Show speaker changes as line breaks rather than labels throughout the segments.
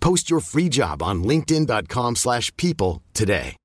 Post your free job on linkedin.com slash people today.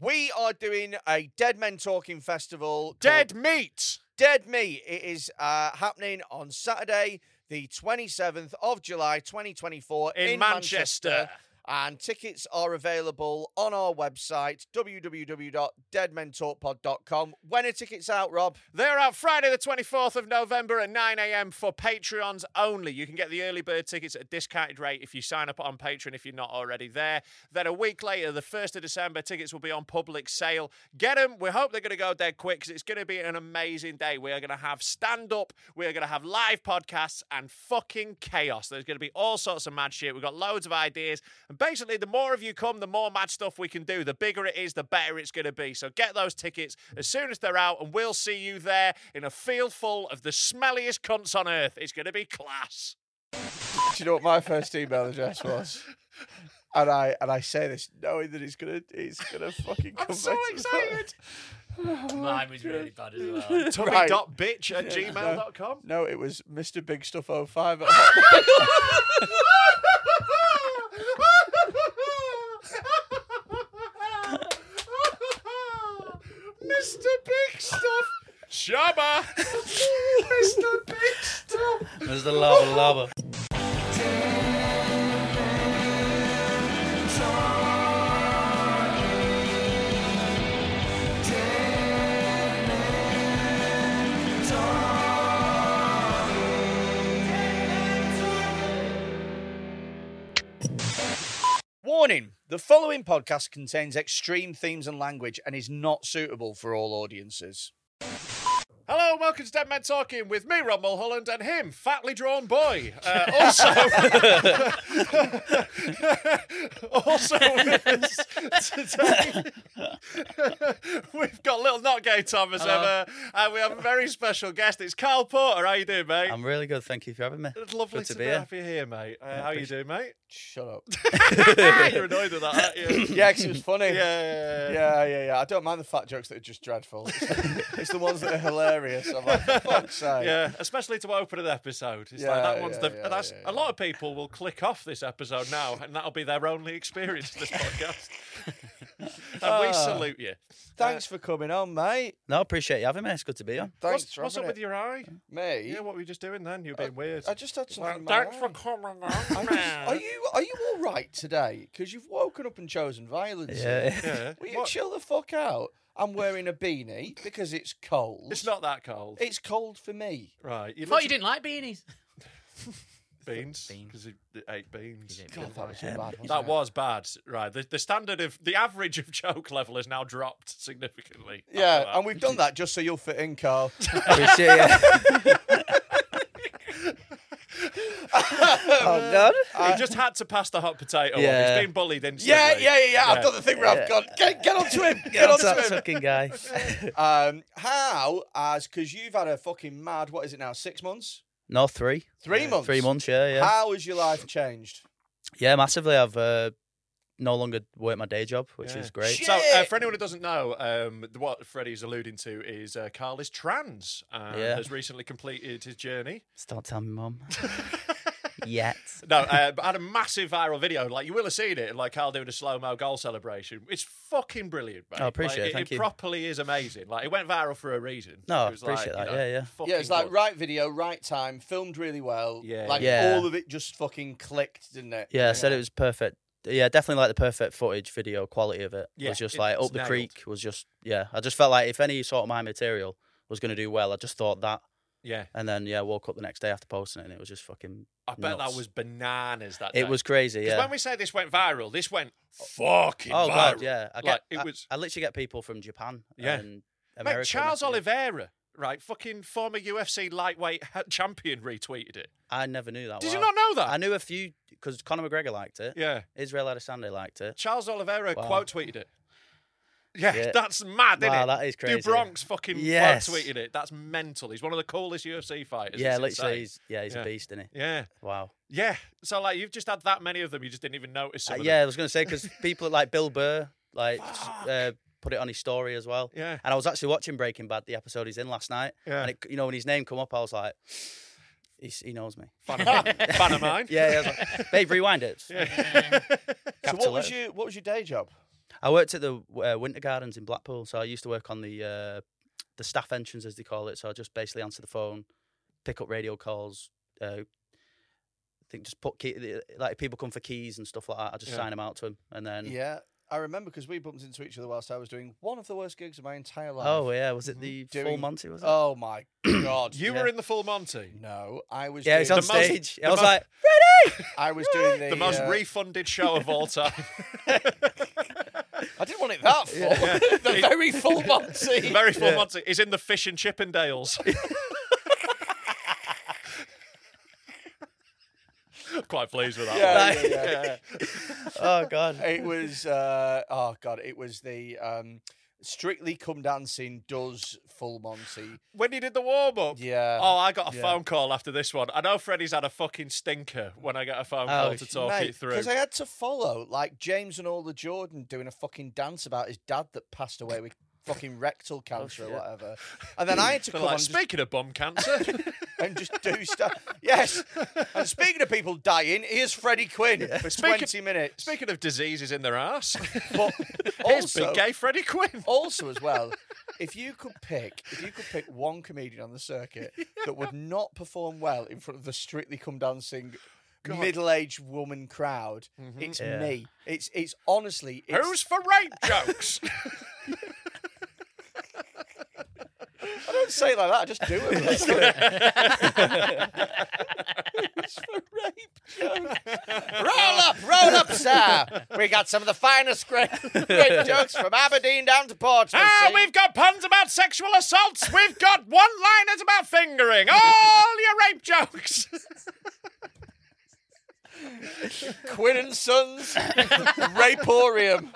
We are doing a Dead Men Talking Festival.
Dead
called
meat.
Dead Me. It is uh, happening on Saturday, the 27th of July, 2024,
In Manchester.
And tickets are available on our website, www.deadmentalkpod.com. When are tickets out, Rob?
They're out Friday, the 24th of November at 9 a.m. for Patreons only. You can get the early bird tickets at a discounted rate if you sign up on Patreon if you're not already there. Then a week later, the 1st of December, tickets will be on public sale. Get them. We hope they're going to go dead quick because it's going to be an amazing day. We are going to have stand up, we are going to have live podcasts, and fucking chaos. There's going to be all sorts of mad shit. We've got loads of ideas. And basically, the more of you come, the more mad stuff we can do. The bigger it is, the better it's going to be. So get those tickets as soon as they're out, and we'll see you there in a field full of the smelliest cunts on earth. It's going to be class.
Do you know what my first email address was? And I and I say this knowing that it's gonna it's gonna fucking come
I'm so
back to me.
excited.
Mine was really bad as well.
Right.
Tummy.bitch at gmail.com.
No, it was Mr. Big Stuff 05
Mr. Big Stuff. Shabba. Mr. Big Stuff.
There's the lava lava.
Warning the following podcast contains extreme themes and language and is not suitable for all audiences.
Hello and welcome to Dead Men Talking with me, Rob Mulholland, and him, fatly drawn boy. Uh, also, also with us today, we've got little not gay Tom as ever, and we have a very special guest. It's Carl Porter. How you doing, mate?
I'm really good. Thank you for having me.
it's lovely
good
to,
to
be
be here.
happy here, mate. Uh, how you doing, mate?
Shut up.
You're annoyed with that, aren't you?
Yeah, 'cause it was funny.
Yeah.
Yeah, yeah, yeah. I don't mind the fat jokes that are just dreadful. It's the, it's the ones that are hilarious. I'm like, for fuck's sake.
Yeah, especially to open an episode. It's like
Yeah,
that one's
yeah,
the
yeah,
that's
yeah,
a lot of people will click off this episode now, and that'll be their only experience of this podcast. and
Ah,
we salute you.
Thanks for coming on, mate.
No, appreciate you having me. It's good to be here.
Thanks
what's
for
what's up
having
with
it.
your eye?
me?
Yeah, what were you just doing then? You're being weird.
I just had something. in my
Thanks
eye.
for coming
I
on,
just-
man.
are you are you all right today? Because you've woken up and chosen violence. here.
Yeah.
Yeah.
Will you
What?
chill the fuck out? I'm wearing a beanie because it's cold.
It's not that cold.
It's cold for me.
right. You
I
look
thought you didn't like beanies.
beans
Beans.
because he ate beans.
God, that was
Um,
bad. wasn't
That
it?
was bad, right? The, the standard of the average of joke level has now dropped significantly. after
Yeah,
that.
and we've done that just so you'll fit in, Carl.
appreciate you. Oh, God.
He just had to pass the hot potato. Yeah.
Yeah.
He's been bullied instantly.
Uh, Yeah, yeah, yeah, yeah. I've
Yeah.
done the thing where I've gone, get, get onto him, get,
Get on
onto
that
him.
fucking guy.
Um, how, as, because you've had a fucking mad, what is it now, six months?
No, three.
Three months?
Three months, yeah, yeah.
How has your life changed?
Yeah, massively. I've uh, no longer worked my day job, which
Yeah.
is great.
Shit.
So, uh,
Shit.
for anyone who doesn't know, um, th- what Freddie's alluding to is uh, Carl is trans and
Yeah.
has recently completed his journey.
Just don't tell my mum. Yet.
No, uh, but had a massive viral video. Like you will have seen it. Like Carl doing a slow mo goal celebration. It's fucking brilliant, mate.
Oh, I appreciate
Like,
it, thank
it
you.
properly is amazing. Like it went viral for a reason.
No, I
It was like,
appreciate
you
that.
know,
Yeah, yeah.
Yeah, it's
fucking
like
good.
right video, right time, filmed really well.
Yeah,
like
yeah.
all of it just fucking clicked, didn't it?
Yeah, I said it was perfect. Yeah, definitely like the perfect footage video quality of it.
Yeah,
was just
it-
like
it's
up the
nailed.
creek was just yeah. I just felt like if any sort of my material was gonna do well, I just thought that.
Yeah,
And then yeah, woke up the next day after posting it and it was just fucking
I bet that
nuts.
was bananas. That
It
day.
was crazy,
'Cause
yeah.
When we say this went viral, this went fucking
oh
viral.
god, yeah. I get
like it
I,
was.
I literally get people from Japan
Yeah.
and America.
Mate, Charles
messaging.
Oliveira, right? Fucking former UFC lightweight ha- champion retweeted it.
I never knew that.
Did you
wow.
not know that?
I knew a few because Conor McGregor liked it.
Yeah.
Israel Adesanya liked it.
Charles Oliveira
Wow.
quote tweeted it. Yeah,
Yeah.
that's mad, isn't
Wow,
it?
that is crazy.
Bronx fucking
Yes.
quote tweeted it. That's mental. He's one of the coolest UFC fighters.
yeah,
It's
literally,
insane.
he's, yeah, he's
Yeah.
a beast, isn't he?
Yeah,
Wow.
yeah. So like, you've just had that many of them. You just didn't even notice. Some
Uh,
of
yeah, I
them.
was gonna say because people like Bill Burr, like s- uh, put it on his story as well.
Yeah.
And I was actually watching Breaking Bad, the episode he's in last night.
Yeah.
And it, you know when his name come up, I was like, he's, he knows me.
Fan of mine. Fan of mine.
Yeah, yeah. I was like, Babe, rewind it.
So
Capital
what was
letter.
your what was your day job?
I worked at the uh, Winter Gardens in Blackpool, so I used to work on the uh, the staff entrance as they call it. So I just basically answer the phone, pick up radio calls. Uh, I think just put key, like if people come for keys and stuff like that. I just
Yeah.
sign them out to them, and then
Yeah, I remember because we bumped into each other whilst I was doing one of the worst gigs of my entire life.
oh yeah, was it the full
Doing-
Monty? Was it?
Oh my god!
You
Yeah.
were in the full Monty.
no, I was.
yeah, it's
doing-
on
The most-
stage.
the
I was
most-
like,
I was doing the,
The most
uh,
refunded show of all time.
I didn't want it that full. the very full Monty.
Very full Monty. He's in the Fish and Chippendales. Quite pleased with that. one.
yeah, yeah, yeah.
oh god,
It was uh, oh god, it was the um, Strictly Come Dancing does full Monty.
When he did the warm up.
Yeah.
Oh, I got a
Yeah.
phone call after this one. I know Freddie's had a fucking stinker when I get a phone call
Oh,
to talk it through.
Because I had to follow like James and all the Jordan doing a fucking dance about his dad that passed away with fucking rectal cancer or whatever, and then I had to
Oh,
come
They're like,
on and just-
Speaking of bum cancer,
and just do stuff. Yes. And speaking of people dying, here's Freddie Quinn for
Speaking-
twenty minutes.
speaking of diseases in their ass,
but
here's big
also, Oh,
gay Freddie Quinn.
also as well, if you could pick, if you could pick one comedian on the circuit that would not perform well in front of the Strictly Come Dancing middle-aged woman crowd, it's me. It's it's honestly it's,
Who's for rape jokes?
I don't say it like that. I just do it. That's it. It's for rape jokes. Roll up, roll up, sir. We got some of the finest gra- rape jokes from Aberdeen down to Portsmouth.
ah,
see?
we've got puns about sexual assaults. We've got one-liners about fingering. All your rape jokes.
Quinn and Sons, Raporium.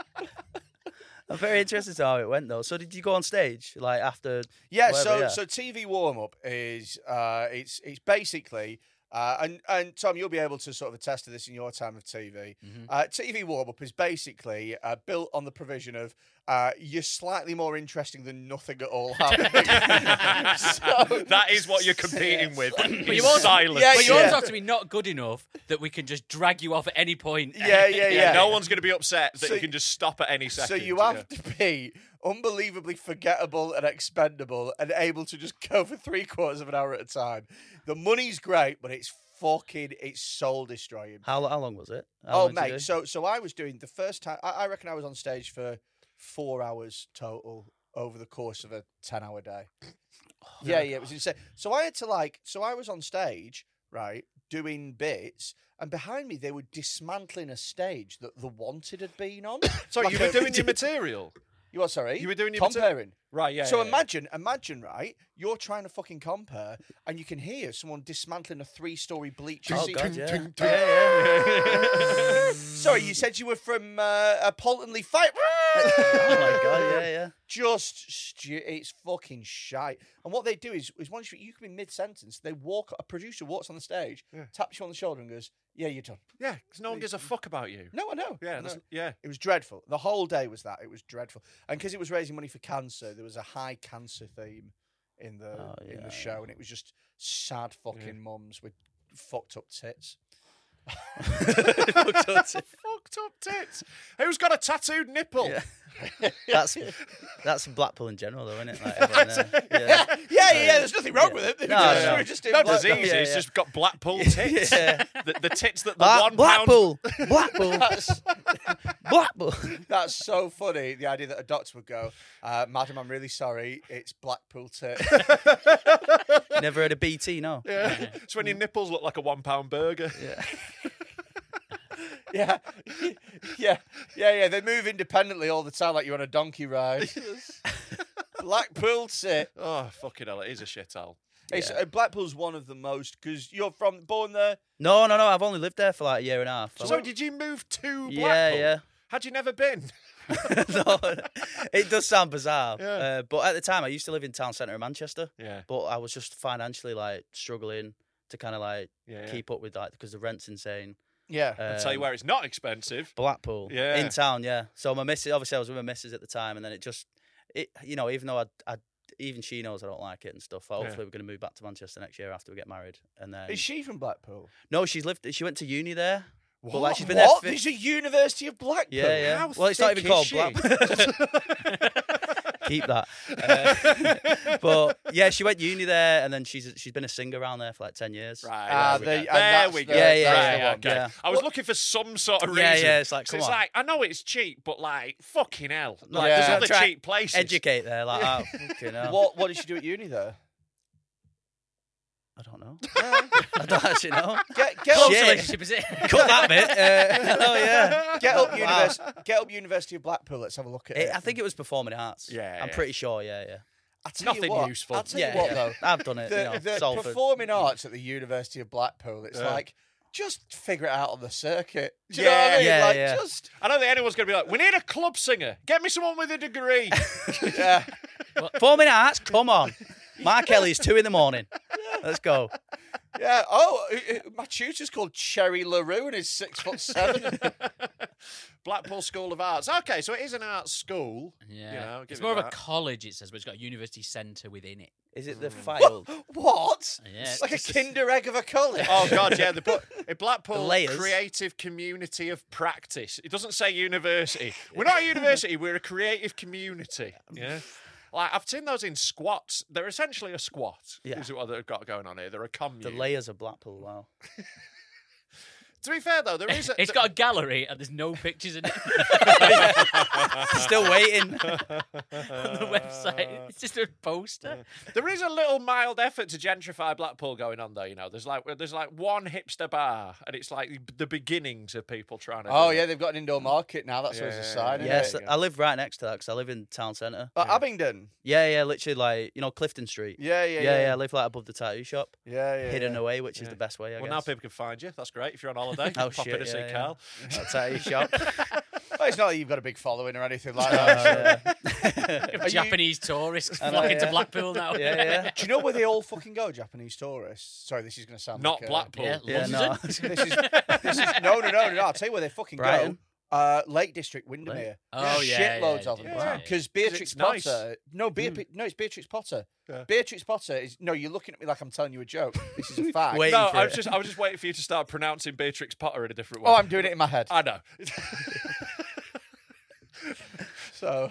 I'm very interested to how it went though. So did you go on stage like after?
Yeah,
whatever,
so so TV warm up is uh, it's it's basically. Uh, and, and Tom, you'll be able to sort of attest to this in your time of TV.
Mm-hmm.
Uh, TV warm up is basically uh, built on the provision of uh, you're slightly more interesting than nothing at all happening. so,
That is what you're competing with. But
you also-
silence.
Yeah,
But you
yeah.
also have to be not good enough that we can just drag you off at any point.
yeah, yeah,
Yeah,
yeah.
no one's going to be upset that
So-
you can just stop at any second.
So you have to be unbelievably forgettable and expendable and able to just go for three quarters of an hour at a time. The money's great, but it's fucking it's soul destroying.
How, how long was it? How
Oh
long did you do?
mate, so so I was doing the first time. I, I reckon I was on stage for four hours total over the course of a ten-hour day. yeah, yeah, it was insane. So I had to like, so I was on stage, right, doing bits, and behind me they were dismantling a stage that the Wanted had been on.
So
Like
you were
a-
doing your material.
You what? Sorry,
You were doing your potato-
comparing.
Right, yeah.
so
yeah, yeah.
imagine, imagine, right? You're trying to fucking compare, and you can hear someone dismantling a three-story bleacher.
Oh,
seat.
God, yeah.
Sorry, you said you were from uh, a Poltonley fight.
Oh my god, yeah, yeah.
Just stu- it's fucking shite. And what they do is, is once you, you can be mid-sentence, they walk. A producer walks on the stage, taps you on the shoulder, and goes, "Yeah, you're done."
Yeah, because no one gives a fuck about you.
No, I know. I
Yeah,
know.
that's, yeah.
It was dreadful. The whole day was that. It was dreadful. And because it was raising money for cancer, there was a high cancer theme in the
Oh,
in
yeah,
the show, and it was just sad fucking mums with fucked up tits.
Fucked up tits.
Fucked up tits. Who's got a tattooed nipple?
Yeah. That's that's Blackpool in general, though, isn't it? Like, everyone there. Yeah.
Yeah, yeah, yeah. There's nothing wrong with it. They
No,
were just,
no,
they
no.
were just
No
in black-
disease.
yeah,
It's
yeah.
just got Blackpool tits.
Yeah.
the, the tits that the
Bla-
one pound-
Blackpool, Blackpool,
That's,
Blackpool.
that's so funny. The idea that a doctor would go, uh, "Madam, I'm really sorry. It's Blackpool tit."
Never heard of BT, no.
Yeah. it's when your nipples look like a one pound burger.
yeah, yeah, yeah, yeah. They move independently all the time, like you're on a donkey ride. Blackpool tit.
Oh, fucking hell. It is a shithole.
It's, uh, Blackpool's one of the most because you're from born there.
No, no, no. I've only lived there for like a year and a half.
So, did you move to Blackpool?
Yeah, yeah.
Had you never been?
no, it does sound bizarre. Uh, but at the time, I used to live in town centre of Manchester.
Yeah.
But I was just financially like struggling to kind of like
Yeah, yeah.
keep um, up with like because the rent's insane.
Yeah,
I'll tell you where it's not expensive.
Blackpool.
Yeah.
In town, yeah. So my missus, obviously, I was with my missus at the time, and then it just, it, you know, even though I, I, even she knows I don't like it and stuff. Like,
Yeah.
hopefully, we're going to move back to Manchester next year after we get married, and then.
is she from Blackpool?
No, she's lived. She went to uni there. But like
What?
she's been
what?
there. fi-
There's a University of Blackpool.
yeah, yeah.
How
well, it's not
thick
even
is
called
she?
Blackpool. Keep that. Uh, but yeah, she went uni there, and then she's she's been a singer around there for like ten years.
Right.
Ah,
there
there-
we
and
go. There
that's
we
the-
go.
Yeah, yeah,
right,
yeah.
Okay.
Yeah.
I was looking for some sort of reason.
Yeah, yeah, it's like,
'Cause
come
it's
on.
like I know it's cheap, but like fucking hell, like
Yeah.
there's
Gotta
other
try
cheap places.
Educate there, like oh, fucking hell.
What What did she do at uni there?
I don't know. I don't actually know.
Get
Shit.
get up,
Close
Yeah.
relationship is it?
Cut that bit. Uh, hello, yeah.
get up
Wow.
University get up University of Blackpool. Let's have a look at it.
It- I think it was performing arts.
Yeah,
I'm
yeah.
pretty sure. Yeah, yeah.
I tell you
nothing
what,
useful.
I'll tell
yeah,
you what
yeah.
though.
I've done it.
the,
uh, you know,
the
Salford.
performing arts at the University of Blackpool. It's
Yeah.
like just figure it out on the circuit. Do you know
Yeah.
what I mean?
Yeah,
like,
yeah.
Just
I don't think anyone's going to be like, we need a club singer. Get me someone with a degree.
yeah.
Performing arts. Come on. Mark Kelly's two in the morning. Let's go.
Yeah. Oh, uh, uh, my tutor's called Cherry Larue, and he's six foot seven.
Blackpool School of Arts. Okay, so it is an arts school.
Yeah,
You know, give
it's
it
more of a
that.
college. It says, but it's got a university centre within it.
Is it the filed?
what?
Yeah,
it's
it's
like a
just-
Kinder egg of a college.
Oh God, yeah. They put a Blackpool
layers.
creative community of practice. It doesn't say university. We're not a university. We're a creative community. Yeah. Like I've seen those in squats. They're essentially a squat.
Yeah.
Is what they've got going on here. They're a commune.
The layers of Blackpool. Wow.
to be fair though, there is. A,
It's got a gallery and there's no pictures in it
Still waiting.
on the
Uh,
website. It's just a poster.
There is a little mild effort to gentrify Blackpool going on though. You know, there's like there's like one hipster bar, and it's like the beginnings of people trying to.
Oh
do
yeah,
it.
they've got an indoor market now. That's always
Yeah,
a sign. isn't
Yes,
it?
I live right next to that because I live in town centre.
Like Abingdon.
Yeah, yeah. Literally, like you know, Clifton Street.
Yeah, yeah,
yeah.
yeah.
I live like above the tattoo shop,
Yeah, yeah.
hidden away, which is
Yeah.
the best way. I
Well, now
guess.
people can find you. That's great. If you're on holiday,
Oh,
pop in
shit,
and see
yeah, yeah.
Carl.
That tattoo shop.
Well, it's not like you've got a big following or anything like
Oh,
that. you-
Japanese tourists
know,
flocking
yeah.
to Blackpool now.
Yeah, yeah.
Do you know where they all fucking go, Japanese tourists? Sorry, this is going to sound
Not
like, uh,
Blackpool.
Yeah,
Yeah,
London.
no.
This is, this is no, no, no, no, no. I'll tell you where they fucking
Brighton?
go. Uh, Lake District, Windermere.
Oh, yeah,
shitloads
yeah,
of them.
yeah, yeah.
Because Beatrix
it's nice.
Potter. No, Beatrix. no, it's Beatrix Potter.
Yeah.
Beatrix Potter is. No, you're looking at me like I'm telling you a joke. This is a fact.
Wait.
No,
for
I was
it.
just I was just waiting for you to start pronouncing Beatrix Potter in a different way.
Oh, I'm doing it in my head.
I know.
So,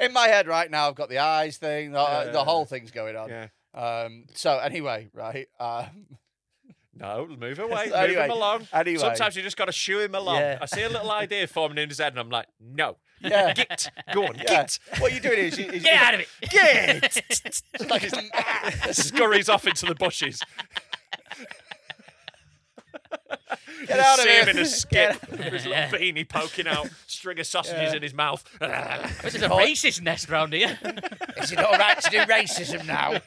in my head right now, I've got the eyes thing. The, the
Yeah.
whole thing's going on.
yeah.
Um. So anyway, right. Um.
No, move away.
So
move
anyway,
him along.
anyway.
Sometimes you just got to shoo him along.
Yeah.
I see a little idea forming in his head, and I'm like, no.
Yeah.
Get. Go on,
Yeah.
get.
What you're doing is, you- is
Get out of it.
Get.
it's like a-
Scurries off into the bushes.
Get out of
see
here.
him in a
Get
skip with his little beanie poking out, string of sausages in his mouth.
This is a racist nest round here.
Is it all right to do racism now?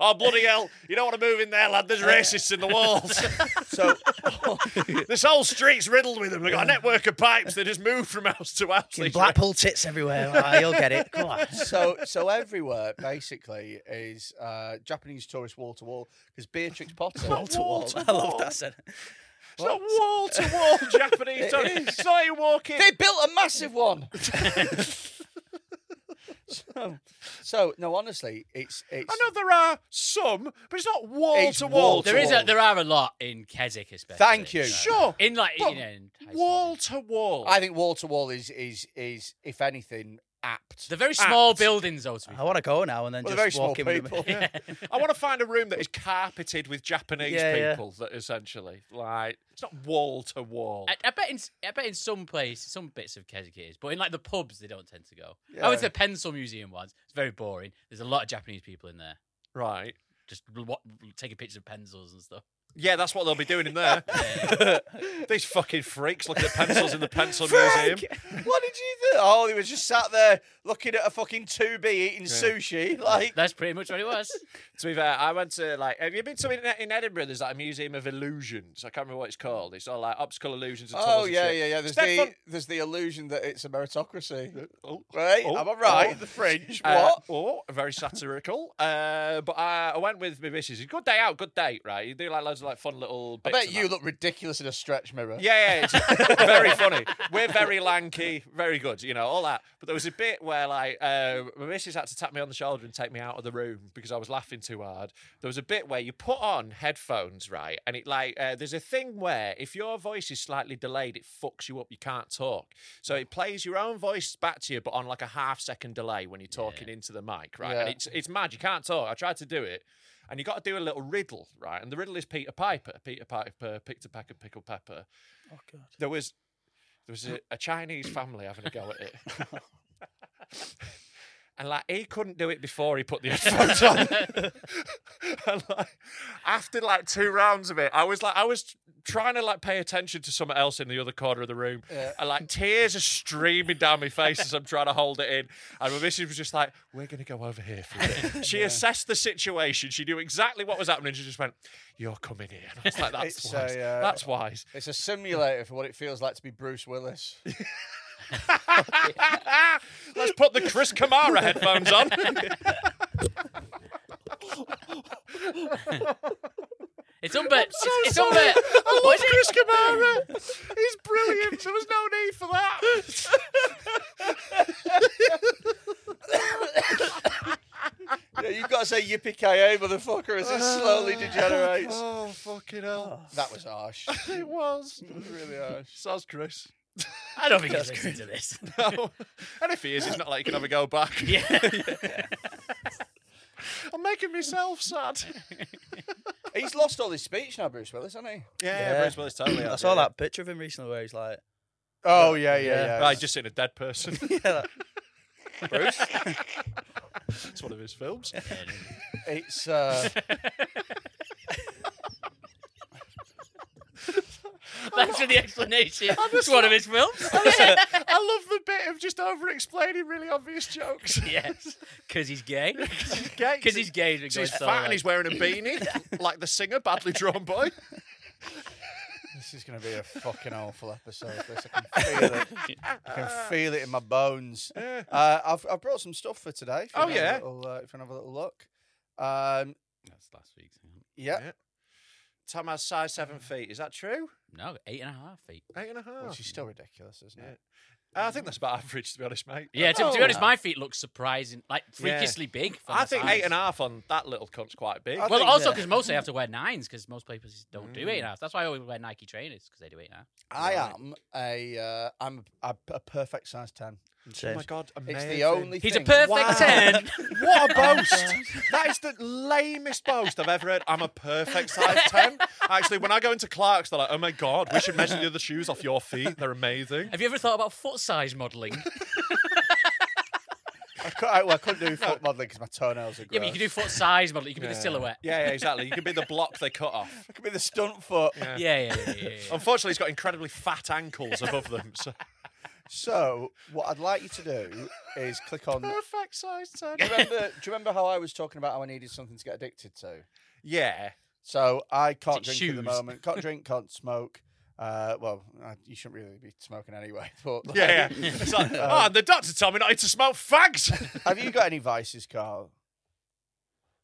Oh bloody hell! You don't want to move in there, lad. There's racists in the walls.
So
this whole street's riddled with them. They've got a network of pipes. They just move from house to house.
Fucking
these
Blackpool tits everywhere. Ah, you'll get it. Come on.
so so everywhere basically is uh, Japanese tourist wall to wall because Beatrix Potter.
Wall to wall. I love that sentence.
It's not wall to wall Japanese. so- It's not you walk in.
They built a massive one. so, so no, honestly, it's it's.
I know there are some, uh, but it's not wall
It's
to wall.
wall
to
There is
wall.
a, there are a lot in Keswick, especially.
Thank you.
Sure.
In like
But
you know, in high school.
wall to wall.
I think wall to wall is is is if anything apt.
They're very small
Apt.
buildings, though. To be
I want to go now and then
Well, they're very
just
small
walk in with
people.
them.
I want to find a room that is carpeted with Japanese
Yeah, yeah.
people. That essentially, like, it's not wall to wall.
I, I bet in s- I bet in some place, some bits of Keswick it is, but in like the pubs, they don't tend to go. I went to the Pencil Museum once. It's very boring. There's a lot of Japanese people in there,
Right.
just wa- taking pictures of pencils and stuff.
Yeah, that's what they'll be doing in there. These fucking freaks looking at pencils in the pencil
Frank,
museum.
what did you think? Oh, he was just sat there looking at a fucking 2B eating sushi. Like,
That's pretty much what it was.
To be fair, I went to like. Have you been to in, in Edinburgh? There's like a museum of illusions. I can't remember what it's called. It's all like optical illusions. And
oh,
tunnels and
yeah,
shit.
yeah, yeah. There's
Stefan-
the, Uh, there's the illusion that it's a meritocracy.
Oh,
Right?
oh,
Am I right?
oh.
The fringe.
Uh,
What?
oh, very satirical. uh, but I, I went with my missus. Good day out, good date, right? You do like loads of like fun little.
I
Bits
bet
and
you
that.
look ridiculous in a stretch mirror.
Yeah, yeah, it's very funny. We're very lanky, very good, you know, all that. But there was a bit where, like, uh, my missus had to tap me on the shoulder and take me out of the room because I was laughing too hard. There was a bit where you put on headphones, right? And it, like, uh, there's a thing where if your voice is slightly delayed, it fucks you up. You can't talk. So it plays your own voice back to you, but on like a half second delay when you're talking into the mic, right? And
Yeah.
it's, it's mad. You can't talk. I tried to do it. And you got to do a little riddle, right? And the riddle is Peter Piper. Peter Piper picked a pack of pickled pepper there was there was a, a Chinese family having a go at it. And like he couldn't do it before he put the headphones on. and like after like two rounds of it, I was like I was trying to like pay attention to something else in the other corner of the room. And like tears are streaming down my face as I'm trying to hold it in. And my missus was just like, We're gonna go over here for a bit. She assessed the situation, she knew exactly what was happening. She just went, You're coming here. And I was like, That's
It's a,
wise.
uh,
That's wise.
It's a simulator for what it feels like to be Bruce Willis.
Let's put the Chris Kamara headphones on.
It's unbe- it's, it's
sorry.
unbe-
I
what
love
is it?
Chris Kamara. He's brilliant. There was no need for that.
yeah, you've got to say yippee ki motherfucker, as it slowly degenerates.
Uh, Oh, fucking hell.
That was harsh.
It was.
really harsh.
So's Chris.
I don't think he's listening to this.
No. And if he is, it's not like you can ever go back.
yeah.
I'm making myself sad.
He's lost all his speech now, Bruce Willis, hasn't he?
Yeah,
Yeah.
Bruce Willis totally.
I
has,
saw
yeah.
that picture of him recently where he's like,
Oh, yeah, yeah,
Yeah.
yeah.
Right, just seen a dead person.
yeah,
Oh
like,
Bruce. it's one of his films.
It's. Uh,
Thanks for the explanation. It's one of his films. yeah.
I love the bit of just over explaining really obvious jokes.
Because he's gay.
gay.
Because he's gay. He's,
So he's fat and he's wearing a beanie, like the singer, badly drawn boy.
This is going to be a fucking awful episode. This I can feel it. I can feel it in my bones. Uh, I've I've brought some stuff for today. if you
Oh,
wanna have a
yeah.
little, uh, if you wanna have a little look. Um,
That's last week's.
yeah.
Yeah. Tom has size
Mm.
seven feet. Is that true?
No, eight and a half feet.
Eight and a
Which
half.
is still ridiculous, isn't it?
I think that's about average, to be honest, mate.
Yeah, to, to be
Oh.
honest, my feet look surprising, like freakishly big. for my
I think
size.
eight and a half on that little cunt's quite big.
I
Well,
think- Mm.
also because mostly I have to wear nines because most places don't do eight and a half. That's why I always wear Nike trainers because they do eight and a half.
I am a uh, I'm a, a perfect size ten.
oh my
James.
god, amazing.
It's the only.
He's a
thing.
perfect
Wow.
ten.
What a boast! that is the lamest boast I've ever heard. I'm a perfect size 10. Actually, when I go into Clark's, they're like, oh my god, we should measure the other shoes off your feet. They're amazing.
have you ever thought about foot size modelling?
cou- I, well, I couldn't do foot modelling because my toenails are gross.
Yeah, but you can do foot size model. You can be the silhouette.
Yeah, yeah, exactly. You could be the block they cut off.
I could be the stunt foot.
Yeah, yeah, yeah. yeah, yeah.
Unfortunately, he's got incredibly fat ankles above them. So.
So, what I'd like you to do is click on. Do
Perfect size tag.
you, remember, do you remember how I was talking about how I needed something to get addicted to?
Yeah.
So I can't
Is it
drink at the
shoes?
moment. Can't drink. Can't smoke. Uh, well, I, you shouldn't really be smoking anyway. But like,
Yeah, yeah. It's like,
uh,
oh, and the doctor told me not to smoke fags.
have you got any vices, Carl?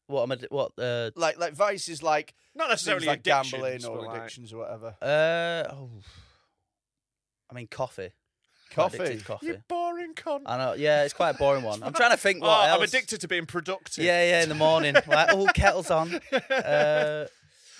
What am I? d- What? Uh,
Like, like vices, like
Not necessarily
things like
addictions,
gambling
but
or
like-
addictions or whatever.
uh, oh. I mean, coffee. Quite addicted
Coffee.
to coffee.
You boring cunt.
I know. Yeah, it's quite a boring one. I'm trying to think
Oh,
what else.
I'm addicted to being productive.
Yeah, yeah, in the morning. like, oh, kettle's on. Uh,